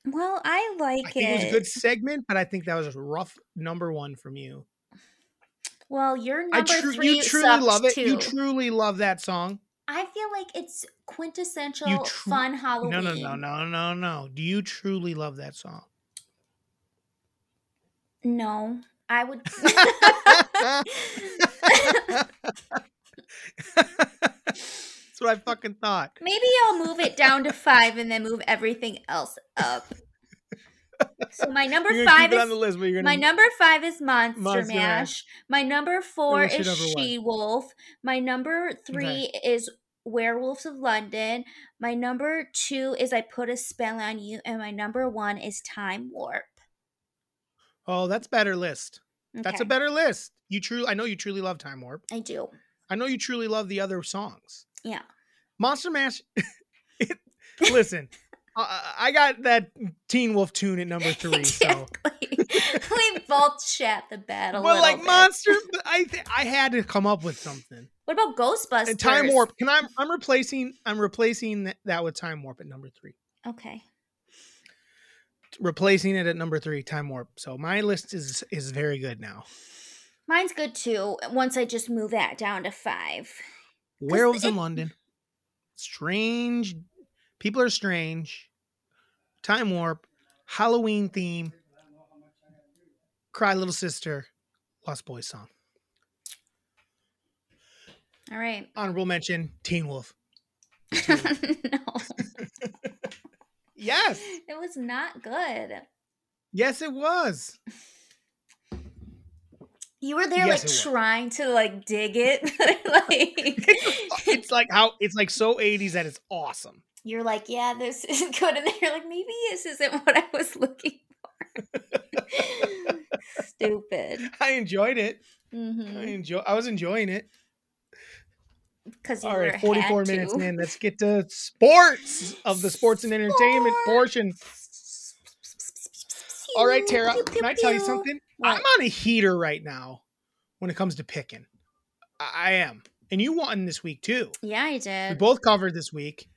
Well, I like I think it was a good segment, but I think that was a rough number one from you. Well, your I number tru- three you truly love it. Too. You truly love that song. I feel like it's quintessential tru- fun Halloween. No, no, no, no, no, no. Do you truly love that song? No, I would. That's what I fucking thought. Maybe I'll move it down to five and then move everything else up. So my number You're gonna five keep it on the is list, but you're my gonna. number five is Monster, Monster Mash. My number four wish it is over what? She Wolf. My number three is Werewolves of London. My number two is I Put a Spell on You, and my number one is Time Warp. oh, that's better list. That's a Okay, better list. You truly, I know you truly love Time Warp. I do. I know you truly love the other songs. Yeah. Monster Mash. it, listen, I, I got that Teen Wolf tune at number three. So. Exactly. we both shat the bed a But little like bit. monster, I th- I had to come up with something. What about Ghostbusters? And time warp. Can I? I'm replacing. I'm replacing th- that with time warp at number three. Okay. Replacing it at number three. Time warp. So my list is is very good now. Mine's good too. uh, Once I just move that down to five. Werewolves in it- London. Strange. People are strange. Time warp. Halloween theme. Cry little sister. Lost Boys song. All right. Honorable mention. Teen Wolf. no, it Yes. was not good. Yes, it was. You were there Yes, like it was. trying to like dig it. like It's like how it's like so 80s that it's awesome. you're like, yeah, this isn't good. And they're like, maybe this isn't what I was looking for. Stupid. I enjoyed it. I Mm-hmm. enjoy. I was enjoying it. Because you All were right, 44 had minutes to. in. Let's get to sports of the sports and entertainment portion. All right, Tara, Pew, pew, can I tell you pew. something? What? I'm on a heater right now when it comes to picking. I, I am. And you won this week, too. Yeah, I We did. both covered this week.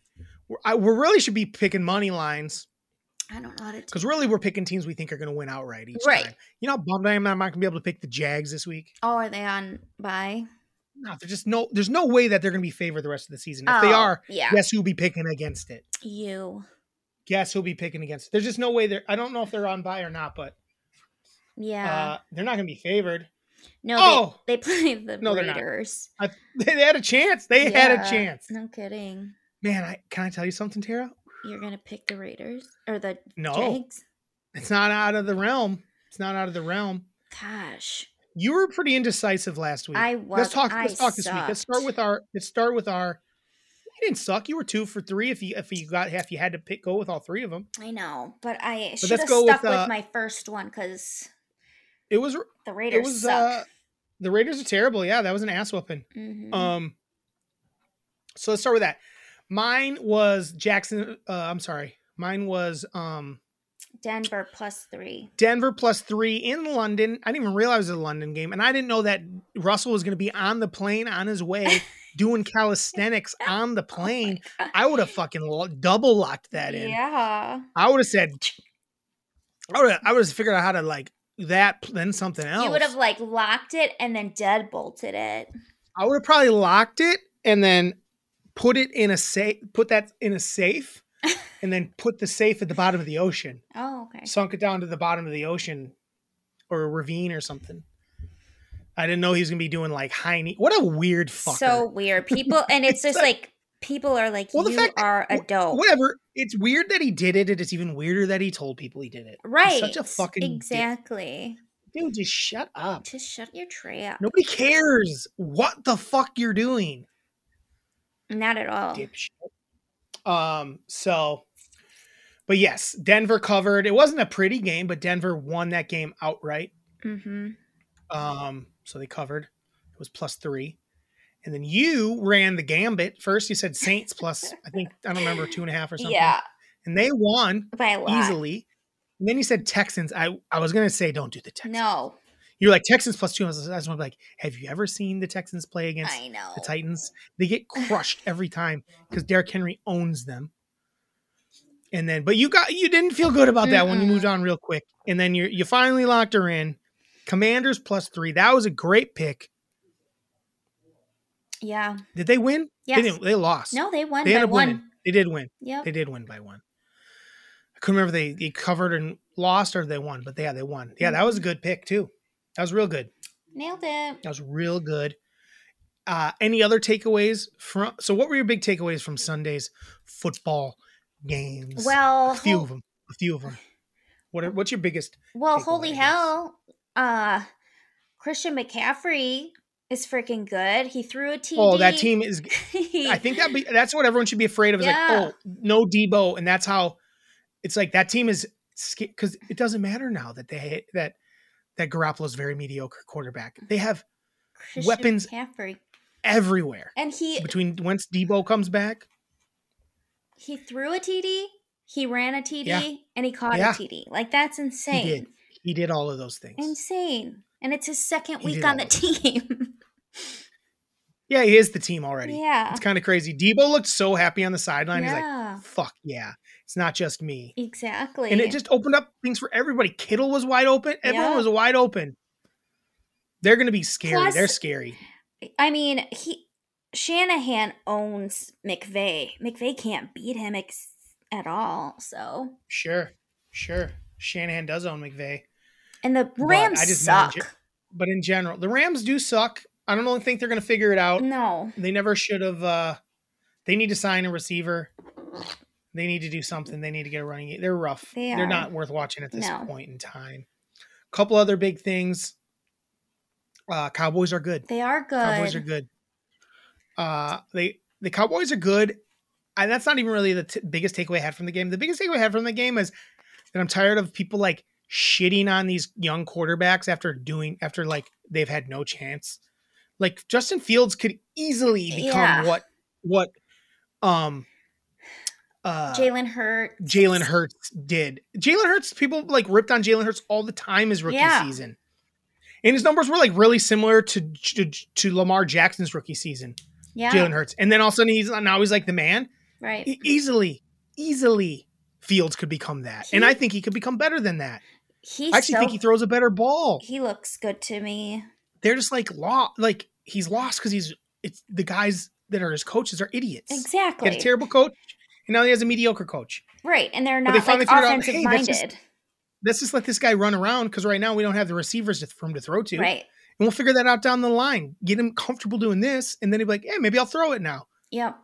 We're, I, we really should be picking money lines I don't know how to do. because really we're picking teams we think are going to win outright each Right. time. You know how bummed I am that I'm not going to be able to pick the Jags this week? Oh, are they on by? No, there's just no, there's no way that they're going to be favored the rest of the season. If they Oh, are, yeah, guess who'll be picking against it? you, guess who'll be picking against. There's just no way they're. I don't know if they're on by or not, but yeah. uh, they're not going to be favored. no, oh! they, they play the No, they're not. Raiders. I, they had a chance. They had a Yeah, chance. No kidding. Man, I can I tell you something, Tara? You're gonna pick the Raiders or the No, Jags? it's not out of the realm. It's not out of the realm. Gosh, You were pretty indecisive last week. I was. let's talk. I Let's talk this week. Let's start sucked. with our. Let's start with our. You didn't suck. You were two for three. If you if you got if you had to pick go with all three of them, I know, but I let's should have go stuck with, with, uh, my first one because it was the it Raiders was suck. uh, the Raiders are terrible. Yeah, that was an ass whooping. Mhm. Um, so let's start with that. Mine was Jackson. Uh, I'm sorry. Mine was um, Denver plus three. Denver plus three in London. I didn't even realize it was a London game, and I didn't know that Russell was going to be on the plane on his way doing calisthenics on the Oh my plane. God. I would have fucking lo- double locked that in. Yeah. I would have said, I would have, I would have figured out how to like that, then something else. You would have like locked it and then dead bolted it. I would have probably locked it and then put it in a safe, put that in a safe, and then put the safe at the bottom of the ocean, Oh, okay. sunk it down to the bottom of the ocean or a ravine or something. I didn't know he was gonna be doing like high knee. What a weird fucker. So weird. People, and it's just like people are like, Well, the you fact that- are a wh- dope. Whatever. It's weird that he did it, and it's even weirder that he told people he did it. Right. such a fucking dick. Exactly. Dude, just shut up. Just shut your trap. Nobody cares what the fuck you're doing. Not at all. dipshit. Um, so, but yes, Denver covered. It wasn't a pretty game, but Denver won that game outright. Mm-hmm. Um, so they covered. It was plus three. And then you ran the gambit. First, you said Saints plus, I think, I don't remember, two and a half or something. Yeah. And they won By a lot. easily. And then you said Texans. I, I was going to say, don't do the Texans. No. You're like, Texans plus two. I was, I was like, have you ever seen the Texans play against I know. the Titans. They get crushed every time because Derrick Henry owns them. And then, but you got you didn't feel good about that when you Mm-mm. moved on real quick. And then you you finally locked her in. Commanders plus three. That was a great pick. Yeah. Did they win? Yes. They didn't. They lost. No, they won they by ended up one. winning. They did win. Yep. They did win by one. I couldn't remember if they, they covered and lost or they won, but yeah, they won. Yeah, that was a good pick too. That was real good. Nailed it. That was real good. Uh, any other takeaways from? So, what were your big takeaways from Sunday's football games? Well, a few hol- of them. A few of them. What are, what's your biggest? well, takeaway, I holy guess. hell. Uh Christian McCaffrey is freaking good. He threw a TD. Oh, that team is. He- I think that be, that's what everyone should be afraid of. Is Yeah. like, oh, no Debo, and that's how. It's like that team is because it doesn't matter now that they hit that that Garoppolo's very mediocre quarterback. They have Christian weapons- McCaffrey. everywhere And he between once Debo comes back. he threw a TD, he ran a TD, Yeah. and he caught Yeah. a TD. Like that's insane. He did. He did all of those things. Insane. And it's his second He week did on all the of team. Yeah, he is the team already. yeah. It's kind of crazy. Debo looked so happy on the sideline. He's yeah. like, fuck yeah. It's not just me. Exactly. And it just opened up things for everybody. Kittle was wide open. Everyone Yeah. was wide open. They're going to be scary. Plus- They're scary. I mean, he Shanahan owns McVay. McVay can't beat him ex- at all. So, Sure. Sure. Shanahan does own McVay. and the I Rams just know suck. J- But in general, the Rams do suck. I don't really think they're going to figure it out. no, They never should have. Uh, they need to sign a receiver. They need to do something. They need to get a running. They're rough. They are are. not worth watching at this No. point in time. Couple other big things. Uh, Cowboys are good. they are Cowboys good. are good. Uh, they the Cowboys are good. And that's not even really the t- biggest takeaway I had from the game. The biggest takeaway I had from the game is that I'm tired of people like shitting on these young quarterbacks after doing after like they've had no chance. Like Justin Fields could easily become Yeah. what what um uh Jalen Hurt. Jalen Hurts did. Jalen Hurts, people like ripped on Jalen Hurts all the time his rookie Yeah. season, and his numbers were like really similar to to, to Lamar Jackson's rookie season. Yeah, Jalen Hurts, and then all of a sudden he's now he's like the man. right. E- easily, easily, Fields could become that, and He- I think he could become better than that. He's I actually so, think he throws a better ball. he looks good to me. They're just like law, like he's lost because he's it's the guys that are his coaches are idiots. He Exactly. had a terrible coach, and now he has a mediocre coach. right, and they're But not they finally like figured out, offensive hey, that's minded. just- let's just let this guy run around because right now we don't have the receivers to- for him to throw to. Right. And we'll figure that out down the line. Get him comfortable doing this. And then he'll be like, hey, maybe I'll throw it now Yep.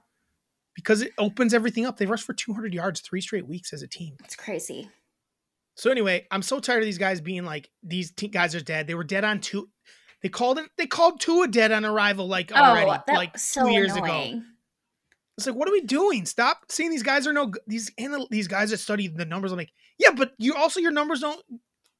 because it opens everything up. They rushed for 200 yards three straight weeks as a team. It's crazy. So, anyway, I'm so tired of these guys being like, these te- guys are dead. They were dead on two. They called it, they called Tua dead on arrival like already, oh, that like was so two years ago. annoying. It's like, what are we doing? Stop saying these guys are no good. These, anal- these guys that study the numbers. I'm like, yeah, but you also, your numbers don't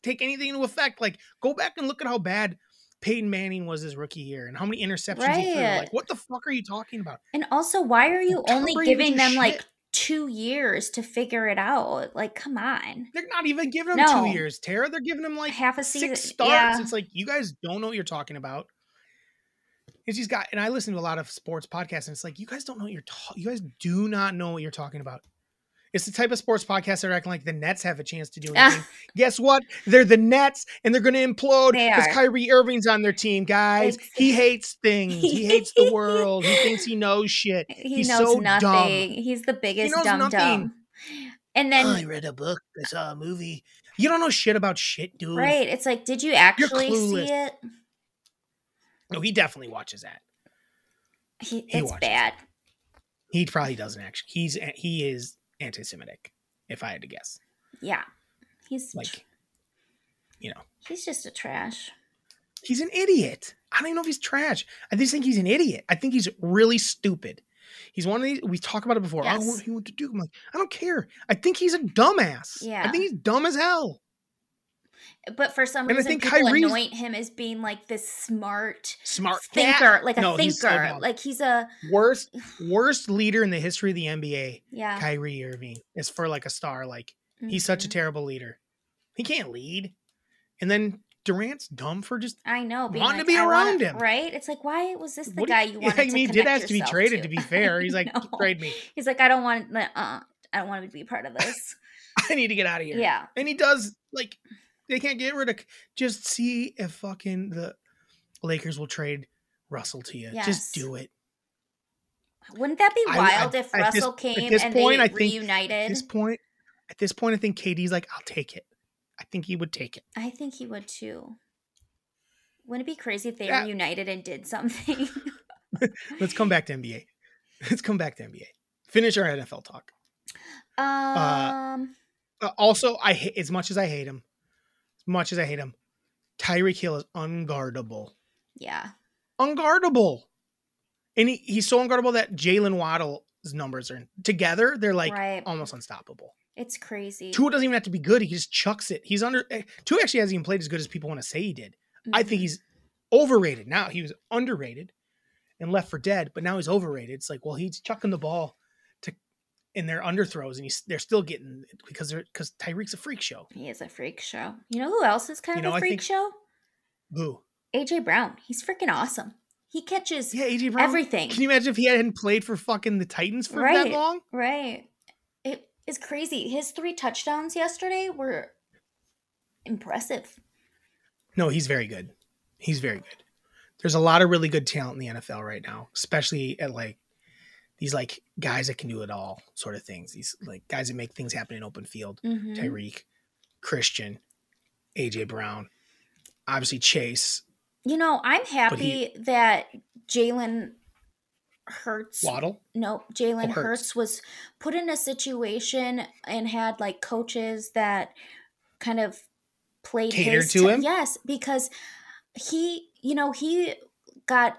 take anything into effect. Like, go back and look at how bad Peyton Manning was his rookie year and how many interceptions he threw. Right. Like, what the fuck are you talking about? And also, why are you Tom only Brady was giving a them like shit. two years to figure it out? Like, come on. They're not even giving him No. two years, Tara. They're giving him like Half a season. six starts. Yeah. It's like you guys don't know what you're talking about. It's just got, and I listen to a lot of sports podcasts, and it's like you guys don't know what you're talking. You guys do not know what you're talking about. It's the type of sports podcast that are acting like the Nets have a chance to do Ah. anything. Guess what? They're the Nets, and they're going to implode They because are. Kyrie Irving's on their team, guys. Ex- He hates things. He hates the world. He thinks he knows shit. He He's knows so dumb. nothing. He's the biggest knows dumb nothing. dumb. And then I read a book. I saw a movie. You don't know shit about shit, dude. right, it's like, did you actually see clueless. it? No, he definitely watches that. He, He it's watches. bad. He probably doesn't actually. He's a- he is anti-Semitic, if I had to guess. Yeah, he's tr- Like, you know, he's just a trash. he's an idiot. I don't even know if he's trash. I just think he's an idiot. I think he's really stupid. He's one of these. We talked about it before. I Yes. want him to do. I'm like, I don't care. I think he's a dumbass. I Yeah. think he's dumb as hell. But for some And I reason, think people Kyrie's- anoint him as being like this smart Smart thinker, cat. like a No, he's so thinker, dumb. like he's a worst worst leader in the history of the NBA. yeah. Kyrie Irving is for like a star. Like he's such a mhm. terrible leader. He can't lead. And then Durant's dumb for just I know. being wanting to like, be I wanna- around him. right? It's like, why was this the What do guy you Yeah, wanted? I to mean, he did connect ask to be yourself traded. To be fair, he's like, know. trade me. He's like, I don't want, like, uh, I don't want to be part of this. I need to get out of here. yeah, and he does like they can't get rid of. Just see if fucking the Lakers will trade Russell to you. Yes. Just do it. wouldn't that be I- I- wild if at this- Russell at came this and point, they I think- At reunited? this point, at this point, I think KD's like, I'll take it. I think he would take it. I think he would too. Wouldn't it be crazy if they Yeah. reunited and did something? Let's come back to NBA. Let's come back to NBA. Finish our NFL talk. um, Uh, also, I ha- as much as I hate him, as much as I hate him, Tyreek Hill is unguardable. yeah, Unguardable. And he, he's so unguardable that Jalen Waddle's numbers are together. They're like um, right. almost unstoppable. It's crazy. Tua doesn't even have to be good. He just chucks it. He's under. eh, Tua actually hasn't even played as good as people want to say he did. Mm-hmm. I think he's overrated now. He was underrated and left for dead, but now he's overrated. It's like, well, he's chucking the ball to in their underthrows, and he's they're still getting it because they're because Tyreek's a freak show. he is a freak show. You know who else is kind You of know, a I freak think- show? Boo. AJ Brown. He's freaking awesome. He catches Yeah, AJ Brown. everything. Can you imagine if he hadn't played for fucking the Titans for that Right. long? Right. It is crazy. His three touchdowns yesterday were impressive. No, he's very good. He's very good. There's a lot of really good talent in the NFL right now, especially at like these like guys that can do it all sort of things. These like guys that make things happen in open field. Mm-hmm. Tyreek, Christian, AJ Brown, obviously Chase, You know, I'm happy that Jalen Hurts. Waddle. No, Jalen Hurts. Hurts was put in a situation and had like coaches that kind of played Catered his to t- him? Yes, because he, you know, he got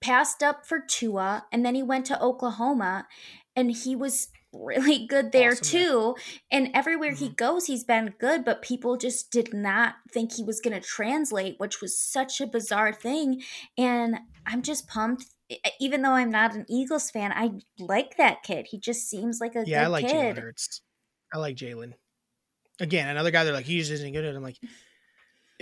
passed up for Tua, and then he went to Oklahoma, and he was really good there Awesome there. Mm-hmm. too. And everywhere he goes, he's been good, but people just did not think he was going to translate, which was such a bizarre thing. And I'm just pumped. E- Even though I'm not an Eagles fan, I like that kid. He just seems like a Yeah, good I like kid. Jalen Hurts. I like Jalen. Again, another guy they're like, he just isn't good at it. I'm like,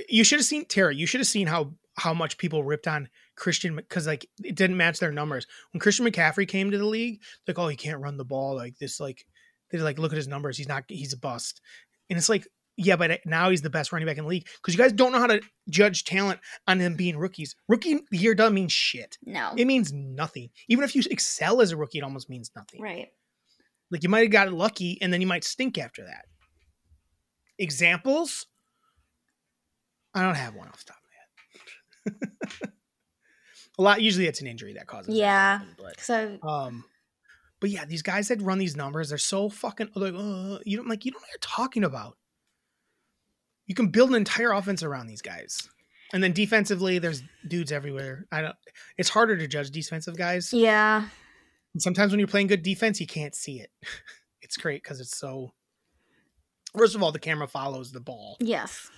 you should have seen Tara, you should have seen how how much people ripped on Christian because like it didn't match their numbers. When Christian McCaffrey came to the league, like, oh, he can't run the ball. Like this, like they're like, look at his numbers. He's not he's a bust. And it's like, yeah, but uh, now he's the best running back in the league. Because you guys don't know how to judge talent on them being rookies. Rookie year doesn't mean shit. No, It means nothing. Even if you excel as a rookie, it almost means nothing. right. Like you might have got lucky and then you might stink after that. Examples? I don't have one off the top of my head. A lot usually it's an injury that causes that to Yeah. happen, but So um but yeah, these guys that run these numbers, they're so fucking like uh, you don't like you don't know what you're talking about. You can build an entire offense around these guys. And then defensively, there's dudes everywhere. I don't it's harder to judge defensive guys yeah, and sometimes when you're playing good defense, you can't see it. It's great because it's so. First of all, the camera follows the ball, yes.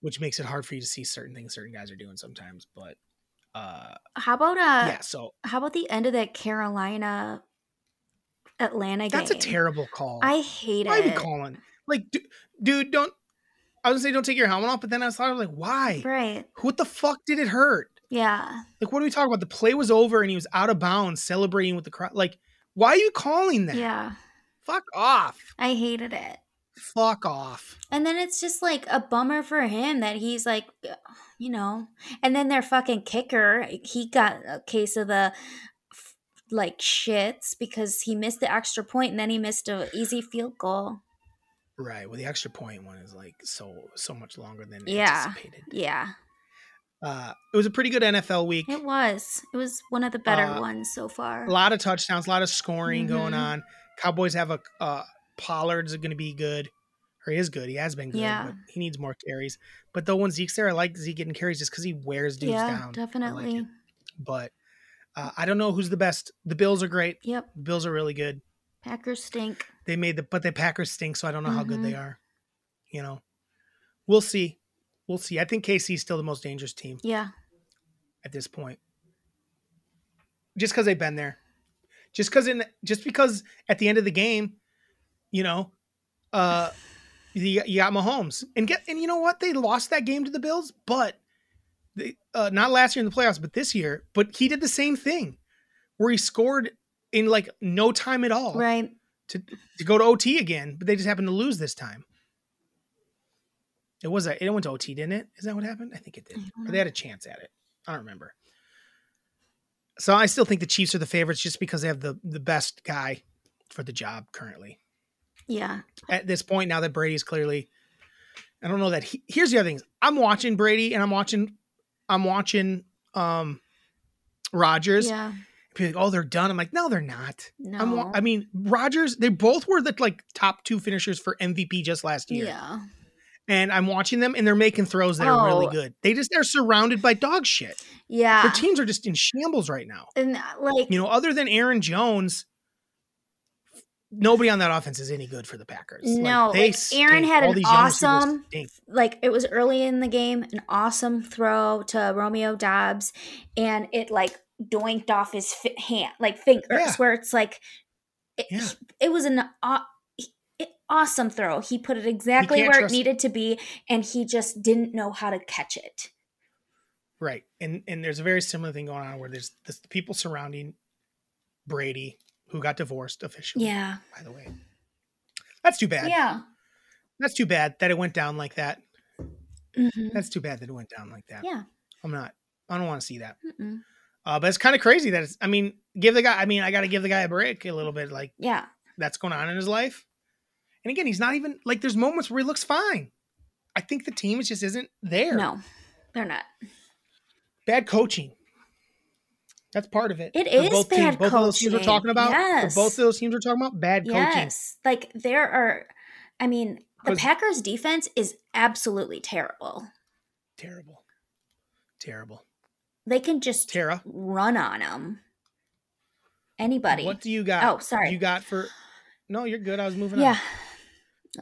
which makes it hard for you to see certain things certain guys are doing sometimes. But uh How about uh, yeah, so how about the end of that Carolina Atlanta that's a game? terrible call. I hate why are we it. calling? Like, du- dude, don't. I was gonna say don't take your helmet off, but then I thought like, why? Right. What the fuck did it hurt? Yeah. Like, what are we talking about? The play was over and he was out of bounds, celebrating with the crowd. Like, why are you calling that? Yeah. Fuck off. I hated it. Fuck off. And then it's just like a bummer for him that he's like, uh, you know. And then their fucking kicker, he got a case of the f- like shits because he missed the extra point and then he missed an easy field goal. Right. Well, the extra point one is like so so much longer than Yeah. anticipated. Yeah, Uh, it was a pretty good NFL week. it was. It was one of the better Uh, ones so far. A lot of touchdowns, a lot of scoring going Mhm. on. Cowboys have a uh, Pollard's going to be good, or he is good. He has been good, Yeah. but he needs more carries. But though when Zeke's there, I like Zeke getting carries just because he wears dudes yeah, down. definitely. it. But uh, I don't know who's the best. The Bills are great. Yep, The Bills are really good. Packers stink. They made the but the Packers stink, so I don't know how good Mhm. they are. You know, we'll see. We'll see. I think KC is still the most dangerous team Yeah, at this point. Just because they've been there, just because in just because at the end of the game, you know, uh, you, you got Mahomes and get and you know what they lost that game to the Bills, but they, uh, not last year in the playoffs, but this year. But he did the same thing where he scored in like no time at all right. to go to OT again, but they just happened to lose this time. It was a, it went to OT, didn't it? Is that what happened? I think it did. I don't Or they had a chance at it. I don't remember. So I still think the Chiefs are the favorites just because they have the the best guy for the job currently. Yeah, At this point, now that Brady's clearly, I don't know that. He, here's the other thing: I'm watching Brady and I'm watching, I'm watching um, Rogers. yeah. People like, oh, they're done. I'm like, no, they're not. No, I'm, wa- I mean, Rogers. They both were the like top two finishers for MVP just last year, yeah. and I'm watching them, and they're making throws that are really Oh. good. They just they're surrounded by dog shit. Their Yeah. teams are just in shambles right now. And uh, like You know, other than Aaron Jones, nobody on that offense is any good for the Packers. Like, No, they like, Aaron stink. had All an these young receivers awesome- stink. like it was early in the game, an awesome throw to Romeo Dobbs, and it like doinked off his fi- hand, like fingers, Yeah. where it's like it, Yeah. it was an aw- it- awesome throw. He put it exactly can't where it trust- needed to be, and he just didn't know how to catch it. Right. And and there's a very similar thing going on where there's this, the people surrounding Brady who got divorced officially. Yeah, By the way, that's too bad. yeah, That's too bad that it went down like that. Mhm. That's too bad that it went down like that. yeah. I'm not. I don't want to see that. Mm-mm. Uh, but it's kind of crazy that it's. I mean, give the guy. I mean, I got to give the guy a break a little bit. Like Yeah, that's going on in his life. And again, he's not even like. There's moments where he looks fine. I think the team just isn't there. no, they're not. Bad coaching. That's part of it. It For is both teams. bad Both of those teams we're coaching. talking about. Yes. For both of those teams we're talking about. Bad coaching. Yes, like there are. I mean, the 'Cause- Packers' defense is absolutely terrible. Terrible. Terrible. They can just Tara, run on them. Anybody? what do you got? Oh, sorry. You got for? No, you're good. I was moving. yeah.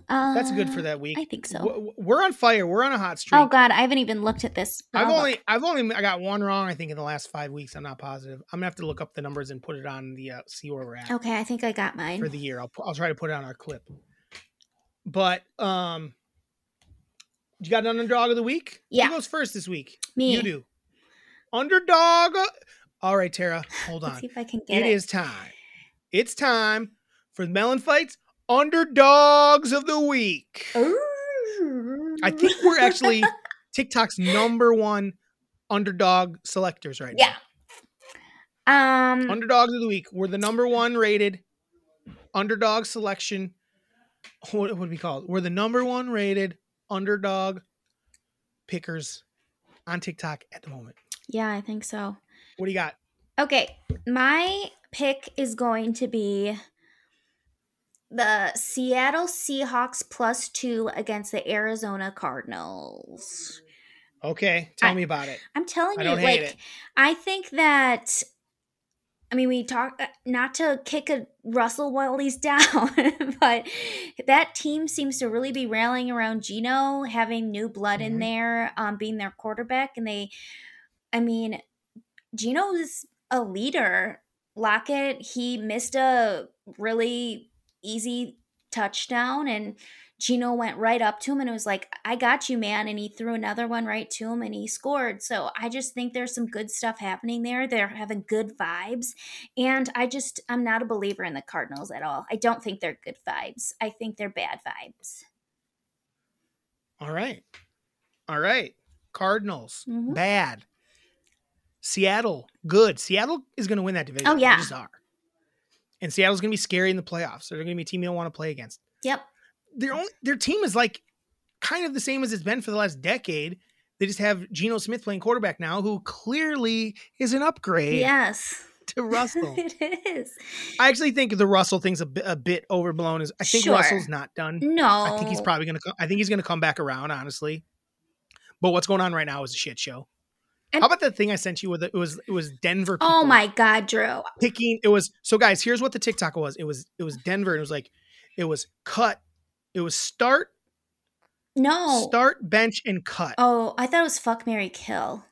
on. that's good for Uh, that week. I think so. W- w- We're on fire. We're on a hot streak. oh God, I haven't even looked at this. but I've I'll only look. I've only I got one wrong. I think in the last five weeks. I'm not positive. I'm gonna have to look up the numbers and put it on the uh, see where we're at Okay, I think I got mine. for the year. I'll pu- I'll try to put it on our clip. But um, you got an underdog of the week. Yeah. Who goes first this week? Me. You do. Underdog. uh, All right, Tara. Hold Let's on. see if I can get It it. is time. It's time for the Melon Fights Underdogs of the Week. Ooh. I think we're actually TikTok's number one underdog selectors right yeah. now. Um. Underdogs of the week. We're the number one rated underdog selection. What what would we call it? We're the number one rated underdog pickers on TikTok at the moment. Yeah, I think so. What do you got? Okay, my pick is going to be the Seattle Seahawks plus two against the Arizona Cardinals. Okay, tell I- me about it. I'm telling I you, don't hate like, it. I think that. I mean, we talk uh, not to kick a Russell while he's down, but that team seems to really be rallying around Gino, having new blood in Mhm. there, um, being their quarterback, and they. I mean, Gino is a leader. Lockett, he missed a really easy touchdown, and Gino went right up to him and was like, I got you, man. And he threw another one right to him and he scored. So I just think there's some good stuff happening there. They're having good vibes. And I just, I'm not a believer in the Cardinals at all. I don't think they're good vibes. I think they're bad vibes. All right. All right. Cardinals. Mhm. Bad. Seattle, good. Seattle is going to win that division. Oh, They yeah. just are. And Seattle's going to be scary in the playoffs. They're going to be a team you'll want to play against. Yep. Their only, their team is like kind of the same as it's been for the last decade. They just have Geno Smith playing quarterback now, who clearly is an upgrade Yes. to Russell. it is. I actually think the Russell thing's a bit, a bit overblown. Is I think Sure. Russell's not done. No. I think he's probably gonna. co- I think he's gonna come back around, honestly. But what's going on right now is a shit show. And- How about that thing I sent you? With it was it was Denver. Oh people my God, Drew. Picking it was so guys. Here's what the TikTok was. It was it was Denver. And it was like it was cut. It was start No. start bench and cut. Oh, I thought it was fuck Mary Kill.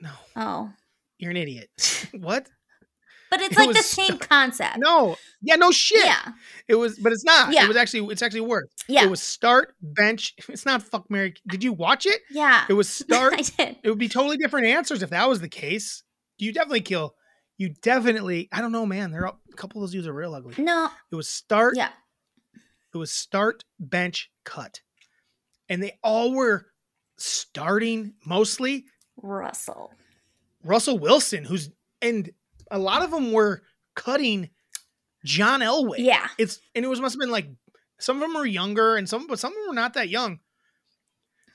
No, Oh. you're an idiot. what? But it's It like the was same concept. No. Yeah. No shit. Yeah. It was, but it's not. Yeah. It was actually. It's actually worse. Yeah. It was start bench. It's not fuck Mary. Did you watch it? yeah. It was start I did. it would be totally different answers if that was the case. You definitely kill. You definitely. I don't know, man. There are a couple of those dudes are real ugly. No. It was start. Yeah. It was start, bench, cut, and they all were starting mostly Russell. Russell Wilson, who's and a lot of them were cutting John Elway. Yeah. It's and it was must have been like some of them were younger and some, but some of them were not that young.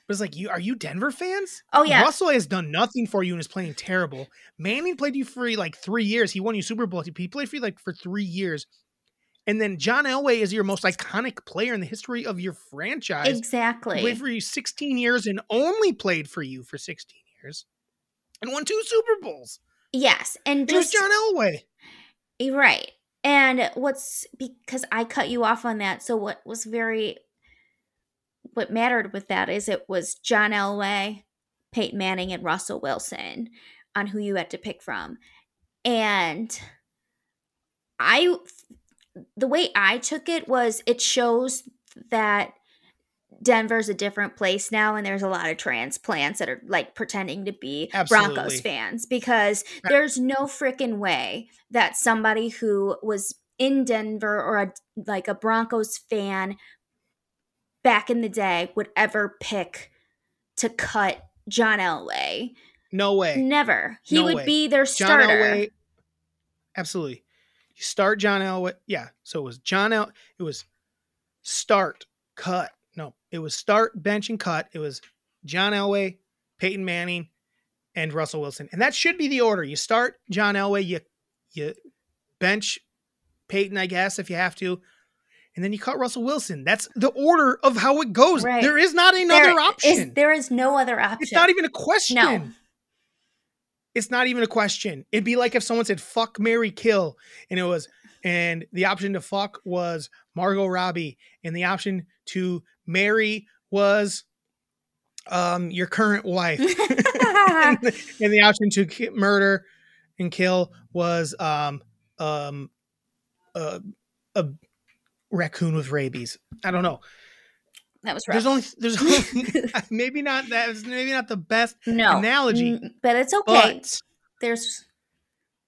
But it's like you are you Denver fans? Oh, yeah. Russell has done nothing for you and is playing terrible. Manning played you for like three years. He won you Super Bowl. He played for you like for three years. And then John Elway is your most iconic player in the history of your franchise. He Exactly. Played for you 16 years and only played for you for 16 years and won two Super Bowls. Yes. And It was just John Elway. You're Right. And what's because I cut you off on that. So what was very what mattered with that is it was John Elway, Peyton Manning, and Russell Wilson on who you had to pick from. And I the way I took it was it shows that Denver's a different place now and there's a lot of transplants that are like pretending to be Absolutely. Broncos fans because there's no freaking way that somebody who was in Denver or a, like a Broncos fan back in the day would ever pick to cut John Elway. No way. Never. He No would way. be their John starter. Elway. Absolutely. You start John Elway. Yeah. So it was John El. It was start, cut. No, it was start, bench, and cut. It was John Elway, Peyton Manning, and Russell Wilson. And that should be the order. You start John Elway, you you bench Peyton, I guess, if you have to. And then you cut Russell Wilson. That's the order of how it goes. Right. There is not There another is- option. there is no other option. It's not even a question. No. It's not even a question. It'd be like if someone said fuck Mary Kill and it was and the option to fuck was Margot Robbie and the option to marry was um your current wife. and, the, and the option to ki- murder and kill was um um uh, a raccoon with rabies. I don't know. that was There's rough. only there's only, maybe not that maybe not the best no analogy, N- but it's okay. but There's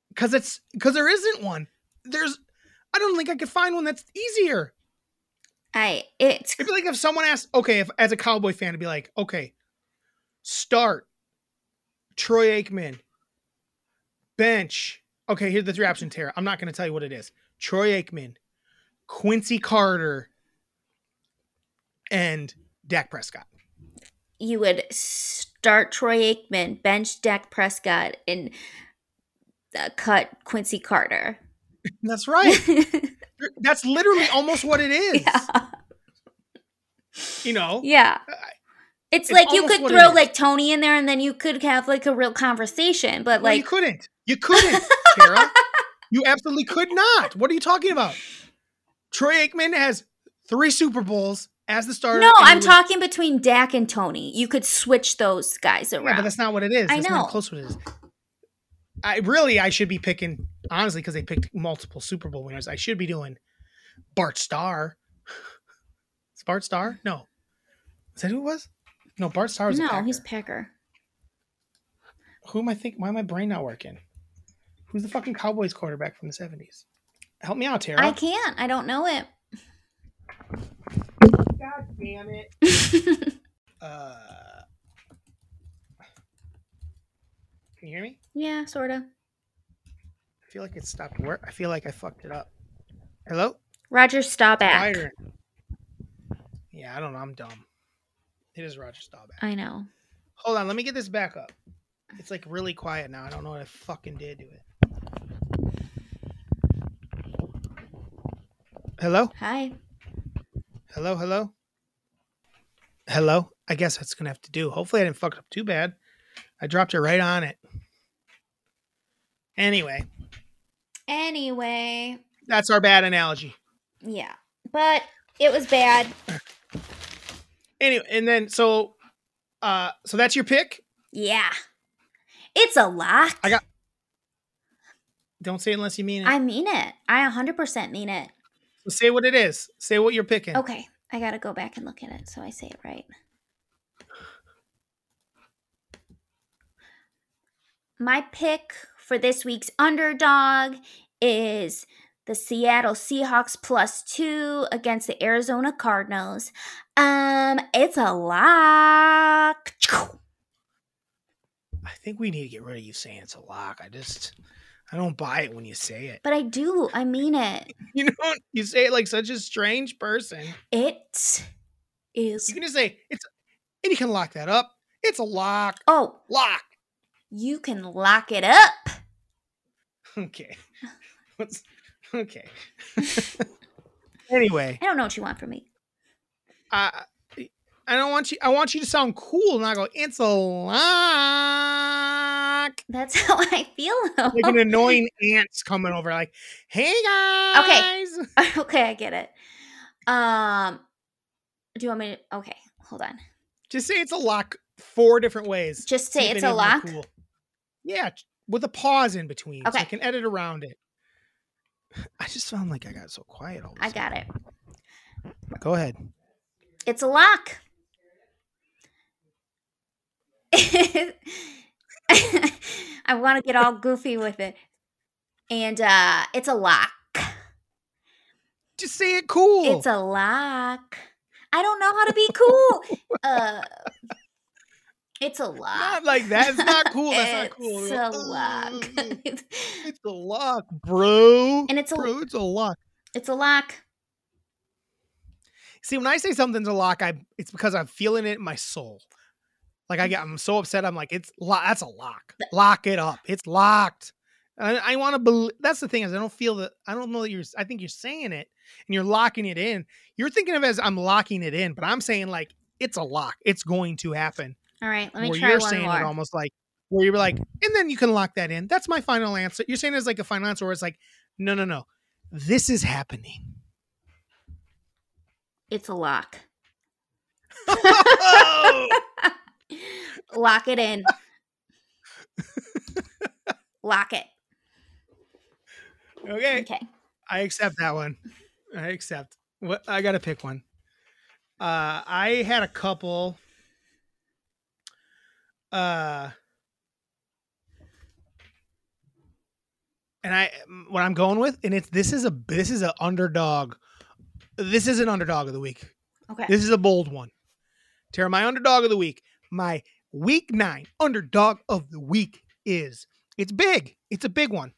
because it's because there isn't one. There's I don't think I could find one that's easier. I it's It'd be like if someone asked, okay, if as a cowboy fan, it'd be like, okay, start Troy Aikman, bench. Okay, here's the three options here. I'm not going to tell you what it is. Troy Aikman, Quincy Carter, and Dak Prescott. you would start Troy Aikman, bench Dak Prescott, and uh, cut Quincy Carter. That's right. That's literally almost what it is. yeah. You know, Yeah. It's It's, like you almost could what it throw is. like Tony in there and then you could have like a real conversation, but Well, you like couldn't. You couldn't, Kara. You absolutely could not. What are you talking about? Troy Aikman has three Super Bowls as the starter. no, and he I'm was- talking between Dak and Tony. You could switch those guys Yeah, but around. that's not what it is. I That's not know. close what it is. I really, I should be picking honestly because they picked multiple Super Bowl winners. I should be doing Bart Starr. Is Bart Starr? No, is that who it was? No, Bart Starr was. a no, Packer. he's Packer. who am I thinking? Why am my brain not working? Who's the fucking Cowboys quarterback from the '70s? Help me out, Tara. I can't. I don't know it. God damn it. uh, Can you hear me? Yeah, sort of. I feel like it stopped work. I feel like I fucked it up. Hello? Roger Staubach. Wider. Yeah, I don't know. I'm dumb. It is Roger Staubach. I know. Hold on, let me get this back up. It's like really quiet now. I don't know what I fucking did to it. Hello? Hi. Hello, hello? Hello? I guess that's gonna have to do. Hopefully I didn't fuck it up too bad. I dropped it right on it. Anyway, Anyway, that's our bad analogy. yeah, but it was bad. Anyway, and then so uh so that's your pick? Yeah, it's a lot. I got- Don't say it unless you mean it. I mean it. I 100% mean it. So say what it is. Say what you're picking. Okay, I gotta go back and look at it so I say it right. My pick for this week's underdog is the Seattle Seahawks plus two against the Arizona Cardinals. Um, it's a lock. I think we need to get rid of you saying it's a lock. I just I don't buy it when you say it. But I do, I mean it. You know, you say it like such a strange person. It You is. can just say it's and you can lock that up. It's a lock. Oh, Lock. you can lock it up. Okay. What's okay. anyway, I don't know what you want from me. I I don't want you I want you to sound cool, not go, it's a lock. That's how I feel. though. Like an annoying ant's coming over, like, hey guys. Okay. okay, I get it. Um, do you want me to? Okay, hold on. Just say it's a lock four different ways. Just say See if it's any a of them are lock. cool. Yeah, j- with a pause in between. So I Okay. can edit around it. I just sound like I got so quiet all of a I got it. sudden. Go ahead. It's a lock. I want to get all goofy with it, and uh, it's a lock. Just say it cool. It's a lock. I don't know how to be cool. uh, it's a lock. not like that. It's not cool. That's not cool. It's Like, a lock. "Ugh, It's- it's a lock, bro. And it's a- bro, it's a lock. it's a lock. See, when I say something's a lock, I it's because I'm feeling it in my soul. Like Mm. I get, I'm so upset. I'm like, it's lo- that's a lock. Lock it up. It's locked. I, I want to believe. That's the thing is, I don't feel that. I don't know that you're. I think you're saying it and you're locking it in. You're thinking of it as I'm locking it in, but I'm saying like it's a lock. It's going to happen. All right, let me where try you're one saying more. it almost like where you're like, and then you can lock that in. That's my final answer. You're saying it's like a final answer where it's like, no, no, no, this is happening. It's a lock. Oh! Lock it in. Lock it. okay. Okay. I accept that one. I accept. What I gotta pick one. Uh I had a couple. Uh and I what I'm going with, and it's this is a this is a underdog. This is an underdog of the week. Okay. This is a bold one. Tara, my underdog of the week, my week nine underdog of the week is it's big. It's a big one.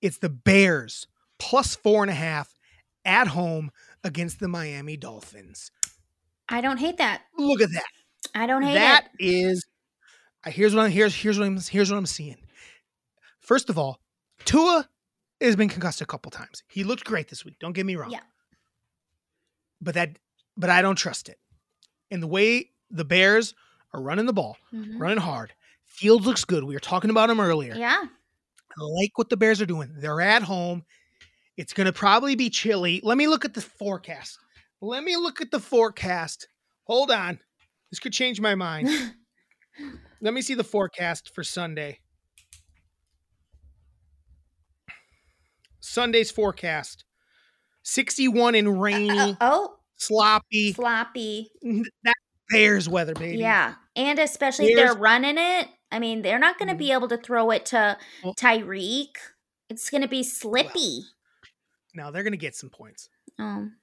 It's the Bears plus four and a half at home against the Miami Dolphins. I don't hate that. Look at that. I don't hate That is I here's what I'm here's here's what I'm here's what I'm seeing. First of all, Tua has been concussed a couple times. He looked great this week. Don't get me wrong. Yeah. But that but I don't trust it. And the way the Bears are running the ball, it. Mhm. running hard. Fields looks good. We were talking about him earlier. Yeah. I like what the Bears are doing. They're at home. It's going to probably be chilly. Let me look at the forecast. Let me look at the forecast. Hold on. This could change my mind. Let me see the forecast for Sunday. Sunday's forecast 61 and rainy, Uh, oh, sloppy. sloppy. That Bears weather, baby. Yeah. And especially if they're Here's- running it. I mean, they're not going to Mhm. be able to throw it to Well- Tyreek. It's going to be slippy. Now they're going to get some points. um,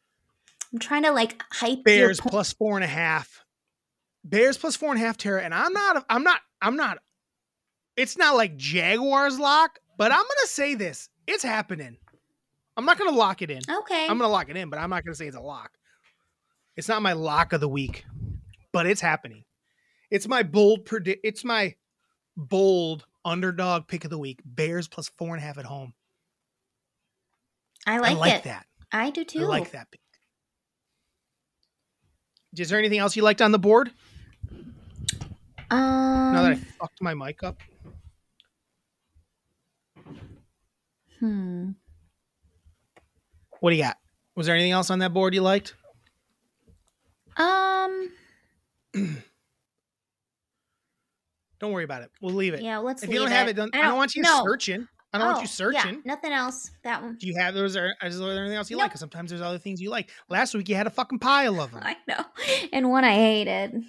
I'm trying to like hype your Bears po- plus four and a half. Bears plus four and a half, Tara. And I'm not, I'm not, I'm not It's not like Jaguars lock, but I'm gonna say this: it's happening. I'm not gonna lock it in. Okay. I'm gonna lock it in, but I'm not gonna say it's a lock. It's not my lock of the week, but it's happening. It's my bold predict. It's my bold underdog pick of the week: Bears plus four and a half at home. I like, I like it. that. I do too. I like that pick. Is there anything else you liked on the board? Um, now that I fucked my mic up, hmm. what do you got? Was there anything else on that board you liked? Um. Don't worry about it. We'll leave it. Yeah. Let's. if you don't leave have it done, I don't, want you no. searching. I don't Oh, want you searching. Yeah, nothing else. That one. Do you have those? Are, is there anything else you like? Nope. 'Cause sometimes there's other things you like. Last week you had a fucking pile of them. I know. And one I hated.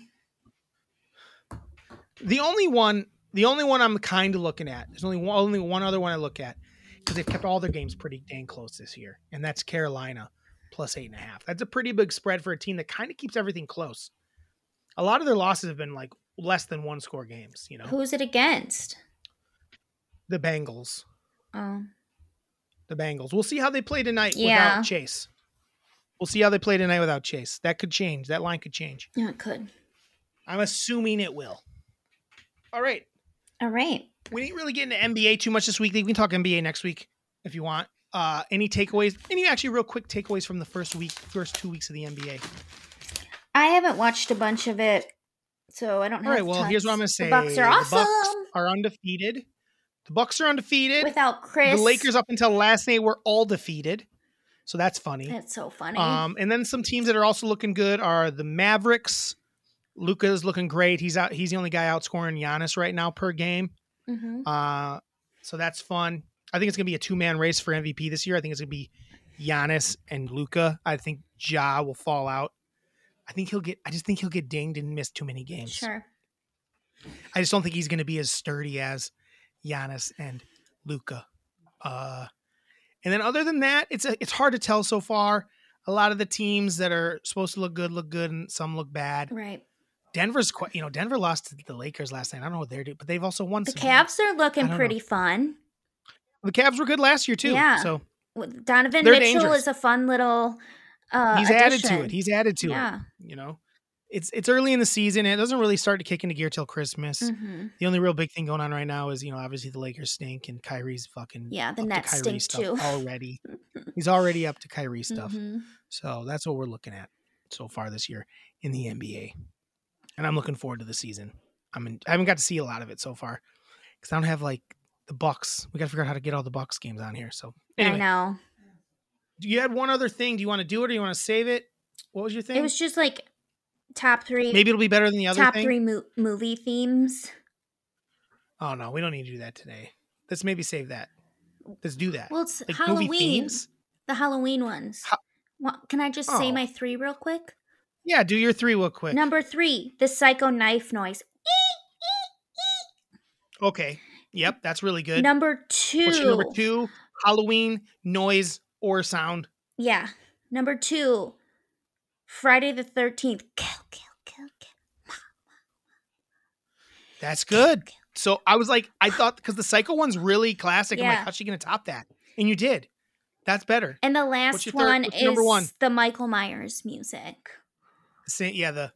The only one, the only one I'm kind of looking at. There's only one, only one other one I look at because they've kept all their games pretty dang close this year, and that's Carolina plus eight and a half. That's a pretty big spread for a team that kind of keeps everything close. A lot of their losses have been like less than one score games. You know, Who's it against? the Bengals, Oh. the Bengals. We'll see how they play tonight Yeah. without Chase. We'll see how they play tonight without Chase. That could change. That line could change. No, it could. I'm assuming it will. All right. All right. We didn't really get into NBA too much this week. We can talk NBA next week if you want. Uh, any takeaways? Any actually real quick takeaways from the first week, first two weeks of the NBA? I haven't watched a bunch of it, so I don't have. All right. Well, here's what I'm going to tons. say. The Bucks are The awesome Bucks are undefeated. The Bucks are undefeated. without Chris. the Lakers up until last night were all defeated, so that's funny. That's so funny. Um, and then some teams that are also looking good are the Mavericks. Luca's looking great. He's out. He's the only guy outscoring Giannis right now per game. hmm Uh, so that's fun. I think it's gonna be a two man race for MVP this year. I think it's gonna be Giannis and Luca. I think Ja will fall out. I think he'll get. I just think he'll get dinged and miss too many games. Sure. I just don't think he's gonna be as sturdy as Giannis and Luca. Uh, and then other than that, it's a, it's hard to tell so far. A lot of the teams that are supposed to look good look good, and some look bad. Right. Denver's quite. You know, Denver lost to the Lakers last night. I don't know what they're doing, but they've also won. The some games. Cavs I are looking don't know. pretty fun. The Cavs were good last year too. Yeah. So With- Donovan They're Mitchell dangerous. is a fun little. Uh, he's added to addition. it. He's added to it. yeah. You know, it's it's early in the season. It doesn't really start to kick into gear till Christmas. hmm The only real big thing going on right now is you know obviously the Lakers stink and Kyrie's fucking Yeah. The up to Nets Kyrie stink stuff too. already. He's already up to Kyrie stuff. Mhm. So that's what we're looking at so far this year in the NBA, and I'm looking forward to the season. I'm in, I haven't got to see a lot of it so far because I don't have like the Bucks. We got to figure out how to get all the Bucks games on here. So I anyway, know. you had one other thing. Do you want to do it or you want to save it? What was your thing? It was just like top three. Maybe it'll be better than the other top thing. three mo- movie themes. Oh no, we don't need to do that today. Let's maybe save that. Let's do that. Well, it's Like, movie Halloween. themes? The Halloween ones. Ha- Wha- Can I just say Oh. my three real quick? Yeah, do your three real quick. Number three, the psycho knife noise. okay. Yep, that's really good. Number two, What's your number two? Halloween noise or sound. yeah, number two, Friday the Thirteenth. Kill, kill, kill, kill. That's good. So I was like, I thought because the Psycho one's really classic. I'm like, Yeah. how's she gonna top that? And you did. That's better. And the last your third- one what's is your number one? the Michael Myers music. Sa- yeah, the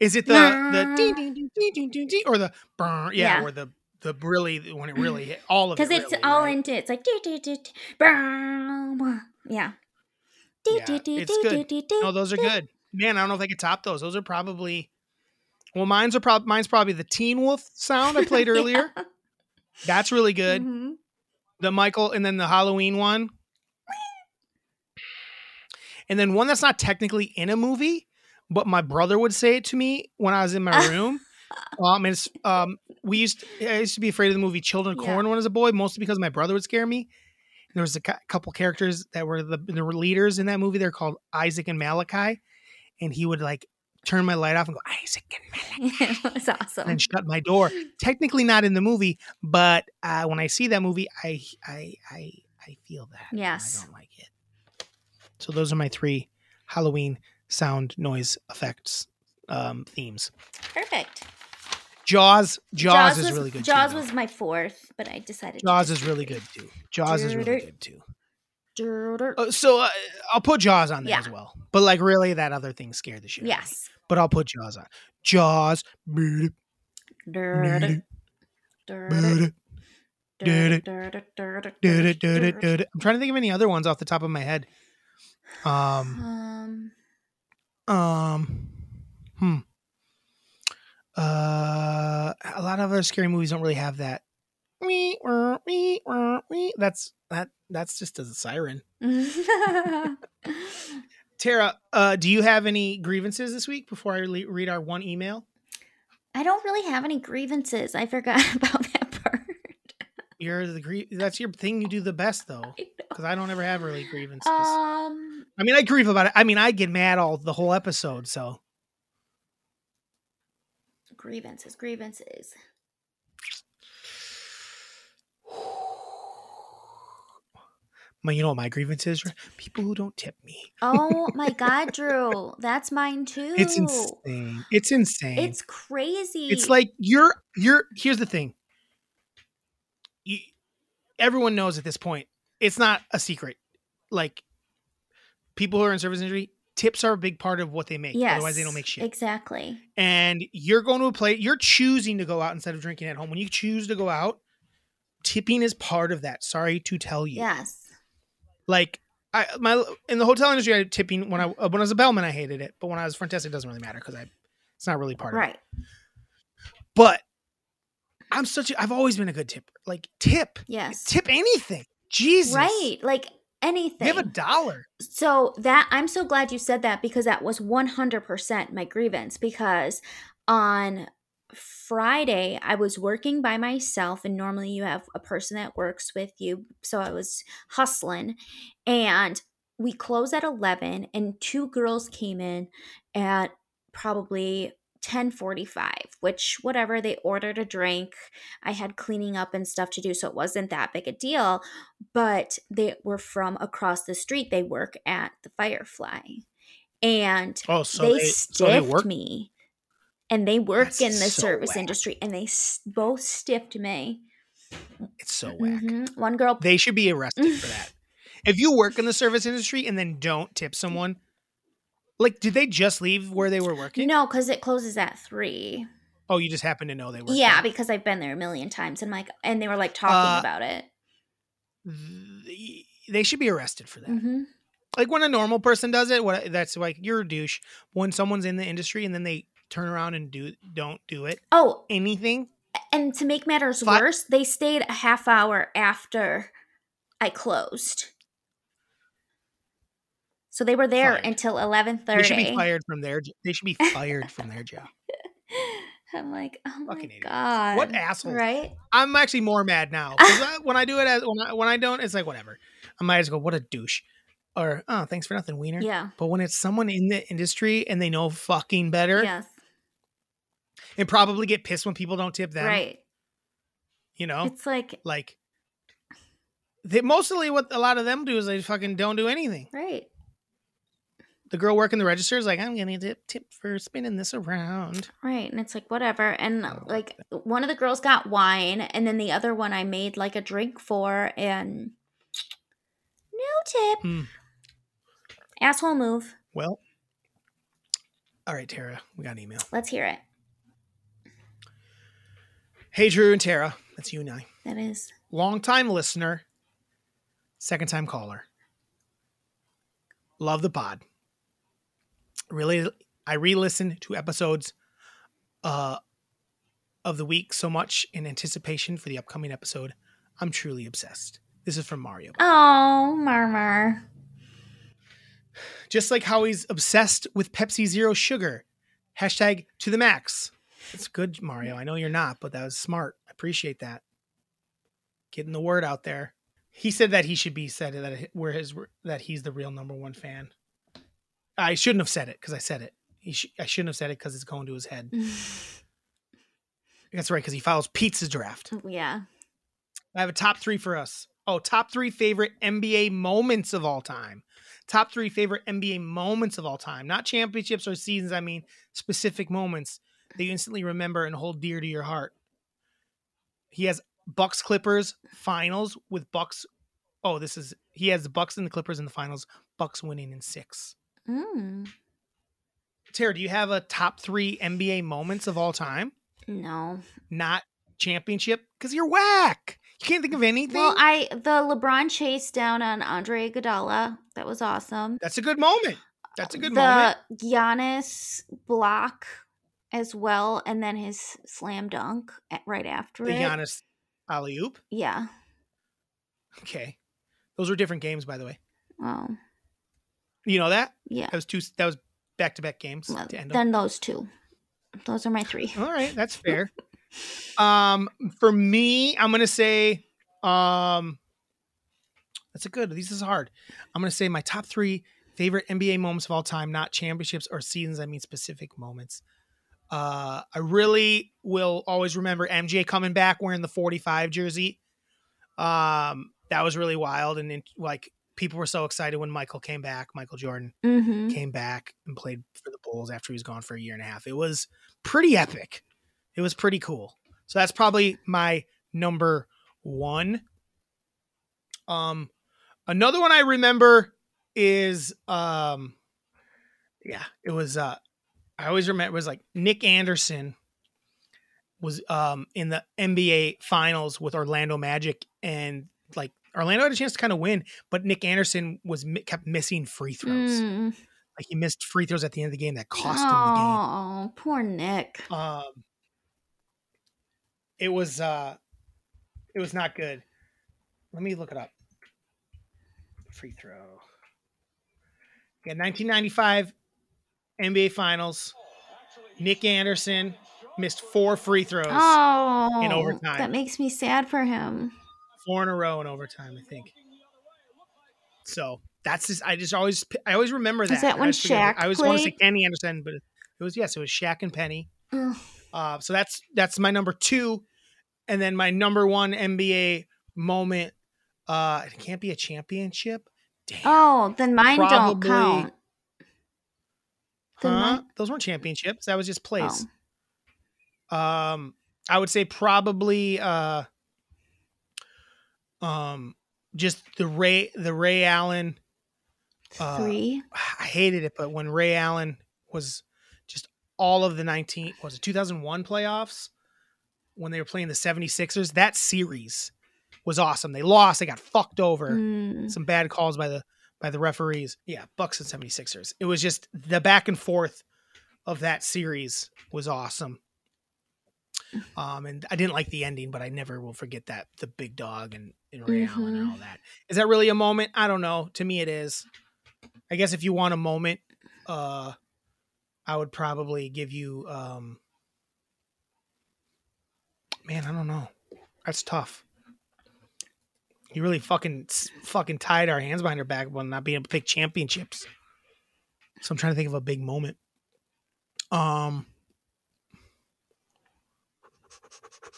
is it the the ding, ding, ding, ding, ding, ding, ding, or the brr, yeah, Yeah. or the the really when it really hit, all of it Because it's really, all right? into it's like do do do do, brrrr, brrrr. yeah. Do, Yeah, do, do, it's do, good. do, do, No, those are do. good. Man, I don't know if I could top those. Those are probably well, mine's are prob mine's probably the Teen Wolf sound I played Yeah. earlier. That's really good. Mhm. The Michael and then the Halloween one. And then one that's not technically in a movie, but my brother would say it to me when I was in my room. um, and it's, um, we used I used to be afraid of the movie Children of Yeah. Corn when I was a boy, mostly because my brother would scare me. And there was a cou- couple characters that were the, the leaders in that movie. They're called Isaac and Malachi, and he would like turn my light off and go Isaac and Malachi it was awesome. and shut my door. Technically not in the movie, but uh, when I see that movie, I I I I feel that. and Yes. I don't like it. So those are my three Halloween sound noise effects um, themes. Perfect. Jaws. Jaws, is was, really good. Jaws too, though. was my fourth, but I decided. Jaws is really good too. Jaws is really Dirt. good too. Jaws. Uh, so uh, I'll put Jaws on there Yeah. as well. But like really, that other thing scared the shit. out of me. Yes. But I'll put Jaws on. Jaws. Murder, Durr, durr, murder, durr, durr, durr, durr, durr, durr, durr, durr, durr. durr. I'm trying to think of any other ones off the top of my head. Um. Um, Um. Hmm. Uh, a lot of other scary movies don't really have that. Wee, wah, wee, wah, wee. That's that. That's just as a siren. Tara, uh, do you have any grievances this week before I le- read our one email? I don't really have any grievances. I forgot about that part. You're the grie- that's your thing. You do the best though, I know. because I don't ever have really grievances. Um, I mean, I grieve about it. I mean, I get mad all the whole episode. So grievances, grievances. my, you know what my grievance is? People who don't tip me. Oh my God, Drew, that's mine too. It's insane. It's insane. It's It's, crazy. like you're you're here's the thing. You, everyone knows at this point. It's not a secret. Like people who are in service industry, tips are a big part of what they make. yes, Otherwise they don't make shit. Exactly. and you're going to a place you're choosing to go out instead of drinking at home. When you choose to go out, tipping is part of that. Sorry to tell you. Yes. Like I my in the hotel industry, I had tipping when I uh, when I was a bellman, I hated it. But when I was front desk, it doesn't really matter because I it's not really part of it. Right. But I'm such a, I've always been a good tipper. Like tip, Yes. tip anything. Jesus. Right. Like anything. You have a dollar. so that i'm so glad you said that because that was 100% my grievance because on friday i was working by myself and normally you have a person that works with you so i was hustling and we closed at 11 and two girls came in at probably 10:45 which whatever they ordered a drink i had cleaning up and stuff to do so it wasn't that big a deal but they were from across the street. They work at the Firefly, and Oh, so they, they, stiffed so they work. me, and they work That's in the so service whack. industry, and they s- both stiffed me. It's so whack. Mhm. One girl, They should be arrested for that. If you work in the service industry and then don't tip someone, like, did they just leave where they were working? no, because it closes at three. Oh, you just happen to know they were. Yeah, because I've been there a million times, and like, and they were like talking Uh, about it. They should be arrested for that. hmm Like when a normal person does it, what that's like you're a douche. When someone's in the industry and then they turn around and do don't do it, Oh, anything, and to make matters Fi- worse, they stayed a half hour after I closed. So they were there Fired. until eleven They should be thirty. fired from their. j- They should be fired from their job. I'm like, oh my Fucking idiots. god, What assholes. right? I'm actually more mad now 'cause I- when I do it as when I when I don't, it's like whatever. I might as well go, what a douche, or oh, thanks for nothing, wiener. Yeah, But when it's someone in the industry and they know fucking better yes, and probably get pissed when people don't tip them, right. you know, It's like, like they, mostly what a lot of them do is they fucking don't do anything. right? The girl working the register is like, I'm gonna tip tip for spinning this around. Right. And it's like, whatever. And Oh, like, one of the girls got wine, and then the other one I made like a drink for, and no tip. Hmm. Asshole move. Well, all right, Tara, we got an email. Let's hear it. Hey, Drew and Tara, that's you and I. That is Longtime listener, second time caller. Love the pod. Really, I re-listened to episodes uh, of the week so much in anticipation for the upcoming episode. I'm truly obsessed. This is from Mario. oh, murmur. Just like how he's obsessed with Pepsi Zero Sugar. Hashtag to the max. That's good, Mario. I know you're not, but that was smart. I appreciate that. Getting the word out there. He said that he should be said that we're his that he's the real number one fan. I shouldn't have said it because I said it. He sh- I shouldn't have said it because it's going to his head. That's right, because he follows Pizza Draft. yeah. I have a top three for us. Oh, top three favorite NBA moments of all time. Top three favorite NBA moments of all time. Not championships or seasons, I mean specific moments. that you instantly remember and hold dear to your heart. He has Bucks Clippers finals with Bucks. Oh, this is he has the Bucks and the Clippers in the finals. Bucks winning in six. Mm. Tara, do you have a top three NBA moments of all time? No. Not championship because you're whack. You can't think of anything. Well, I the LeBron chase down on Andre Iguodala that was awesome. That's a good moment. That's a good the moment. Giannis block as well, and then his slam dunk at, right after The it. Giannis alley oop. Yeah. Okay, those were different games, by the way. Oh, You know that yeah. that was two. That was back to back games Well, to end. 'em. then those two. Those are my three. All right, that's fair. um, for me, I'm gonna say, um, that's a good. This is hard. I'm gonna say my top three favorite NBA moments of all time, not championships or seasons. I mean specific moments. Uh, I really will always remember MJ coming back wearing the 45 jersey. Um, that was really wild, and it, like people were so excited when Michael came back, Michael Jordan Mm-hmm. came back and played for the Bulls after he was gone for a year and a half. It was pretty epic. It was pretty cool. So that's probably my number one. Um, another one I remember is um, yeah, it was uh, I always remember it was like Nick Anderson was um in the NBA finals with Orlando Magic and like Orlando had a chance to kind of win, but Nick Anderson was mi- kept missing free throws. Mm. Like he missed free throws at the end of the game that cost him Oh, poor Nick. the game. Um, it was uh, it was not good. Let me look it up. Free throw. Yeah, 1995 NBA Finals. Nick Anderson missed four free throws, Oh, overtime. that makes me sad for him. four in a row in overtime, I think. So that's just, I just always I always remember that. Was that I when always forget- Shaq I always want to say played? Kenny Anderson, but it was yes, it was Shaq and Penny. Ugh. Uh, so that's that's my number two, and then my number one NBA moment. Uh, it can't be a championship. Damn, Oh, then mine don't Probably- count. then huh? mine- those weren't championships. That was just plays. Oh. Um, I would say probably uh, um, just the Ray the Ray Allen. Uh, Oh, Three. I hated it, but when Ray Allen was just all of the 19 was it 2001 playoffs when they were playing the 76ers, that series was awesome. They lost, they got fucked over. Mm. Some bad calls by the by the referees. Yeah, Bucks and 76ers. It was just the back and forth of that series was awesome. Um, and I didn't like the ending, but I never will forget that the big dog and, and Ray Allen and Mhm. all that. Is that really a moment? I don't know. To me, it is. I guess if you want a moment, uh, I would probably give you. Um, man, I don't know. That's tough. You really fucking s- fucking tied our hands behind our back while not being able to pick championships. So I'm trying to think of a big moment. Um,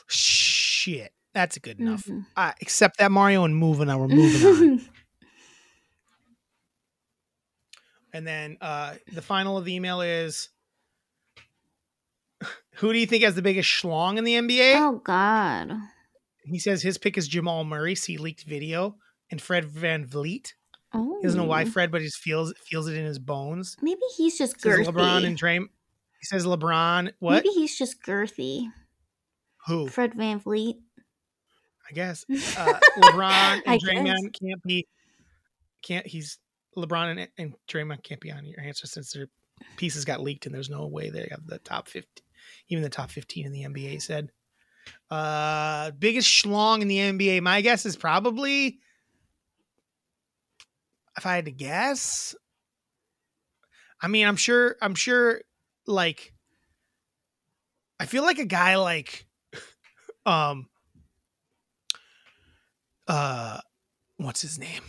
shit, that's good enough. Mhm. Uh, except that Mario and moving on. We're Mm-hmm. moving on. And then uh, the final of the email is Who do you think has the biggest schlong in the NBA? oh God. He says his pick is Jamal Murray. See leaked video and Fred Van Vliet. Oh. He doesn't know why Fred, but he just feels feels it in his bones. Maybe he's just Says girthy. LeBron and Draymond. He says LeBron. What? Maybe he's just girthy. Who? Fred Van Vliet. I guess uh, LeBron I and guess. Draymond can't be. Can't he's LeBron and, and Draymond can't be on your answer since their pieces got leaked and there's no way they have the top fifty, even the top fifteen in the NBA. Said, uh, biggest schlong in the NBA. My guess is probably, if I had to guess, I mean, I'm sure, I'm sure, like, I feel like a guy like, um, uh what's his name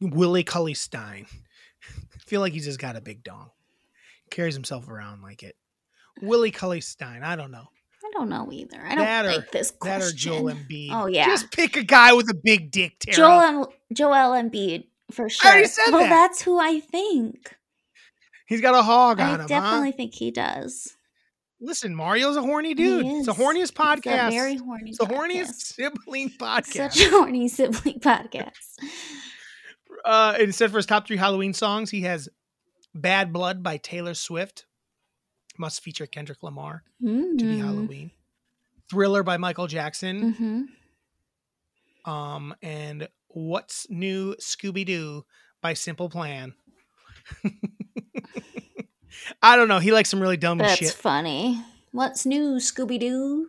willie cully stein I feel like he's just got a big dong carries himself around like it willie cully stein i don't know I don't know either. I don't That or- like this that or question. joel embiid Oh, yeah. just pick a guy with a big dick Tara. Joel and Joel Embiid for sure. already said well, that. that's who I think. he's got a hog I on him huh? definitely think he does. Listen, Mario's a horny dude. It's the is. horniest It's a podcast. very horny. it's the podcast. horniest sibling podcast. Such a horny sibling podcast. uh, instead for his top three Halloween songs, he has "Bad Blood" by Taylor Swift, must feature Kendrick Lamar to Mm. be Halloween. "Thriller" by Michael Jackson, hmm um, and "What's New Scooby Doo" by Simple Plan. I don't know. He likes some really dumb That's shit. funny. What's new, Scooby Doo?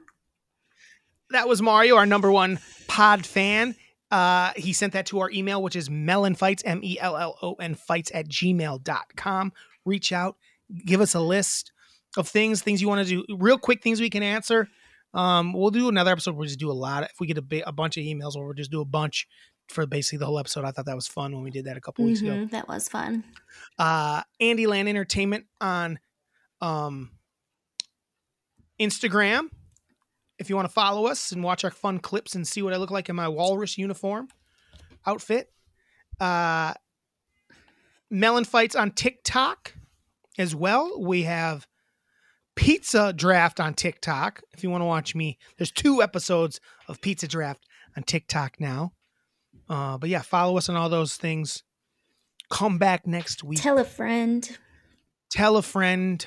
that was Mario, our number one pod fan. Uh, he sent that to our email, which is melonfights, M E L L O N fights at gmail.com. Reach out, give us a list of things, things you want to do, real quick things we can answer. Um, we'll do another episode. We'll just do a lot. If we get a, bi- a bunch of emails, or we'll just do a bunch for basically the whole episode. I thought that was fun when we did that a couple weeks ago Mhm, That was fun. uh, Andy Land Entertainment on um, Instagram. If you want to follow us and watch our fun clips and see what I look like in my walrus uniform outfit, uh, Melon Fights on TikTok as well. We have Pizza Draft on TikTok. If you want to watch me, there's two episodes of Pizza Draft on TikTok now. Uh, but yeah, follow us on all those things. Come back next week Tell a friend. tell a friend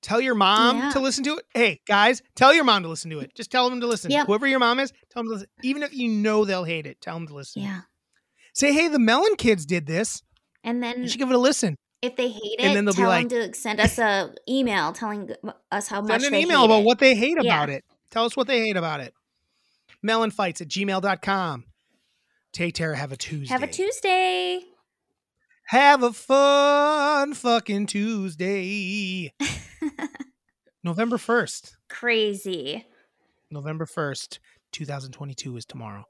tell your mom Yeah. to listen to it hey guys tell your mom to listen to it just tell them to listen Yep. whoever your mom is tell them to listen even if you know they'll hate it tell them to listen Yeah. say hey the melon kids did this And then you should give it a listen if they hate it, and then they'll be tell them to send us a email telling us how much send an they email hate about it. what they hate Yeah. about it tell us what they hate about it melonfights at gmail.com take care have a tuesday Have a Tuesday. have a fun fucking tuesday november 1st Crazy. November 1st, 2022 is tomorrow.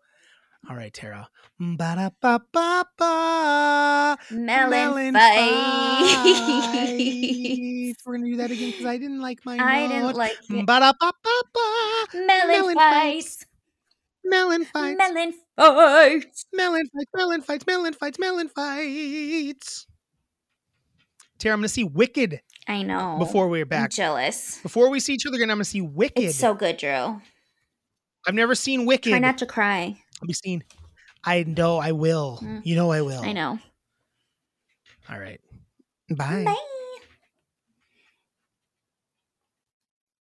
All right, Tara. Ba-da-ba-ba-ba. Melon, Melon fight. fight. We're going to do that again because I didn't like my I didn't like it. Ba-da-ba-ba-ba. Melon, melon fights. Melon fights. Melon fights. melon fights. Melon fights. Melon fights. Melon fights. Tara, I'm going to see Wicked I know. before we're I'm back. jealous. Before we see each other again, I'm going to see Wicked. Oh. It's so good, Drew. I've never seen Wicked. Try not to cry. I'll be seen. I know I will. Mm. Oh. You know I will. I know. All right. Bye. Bye.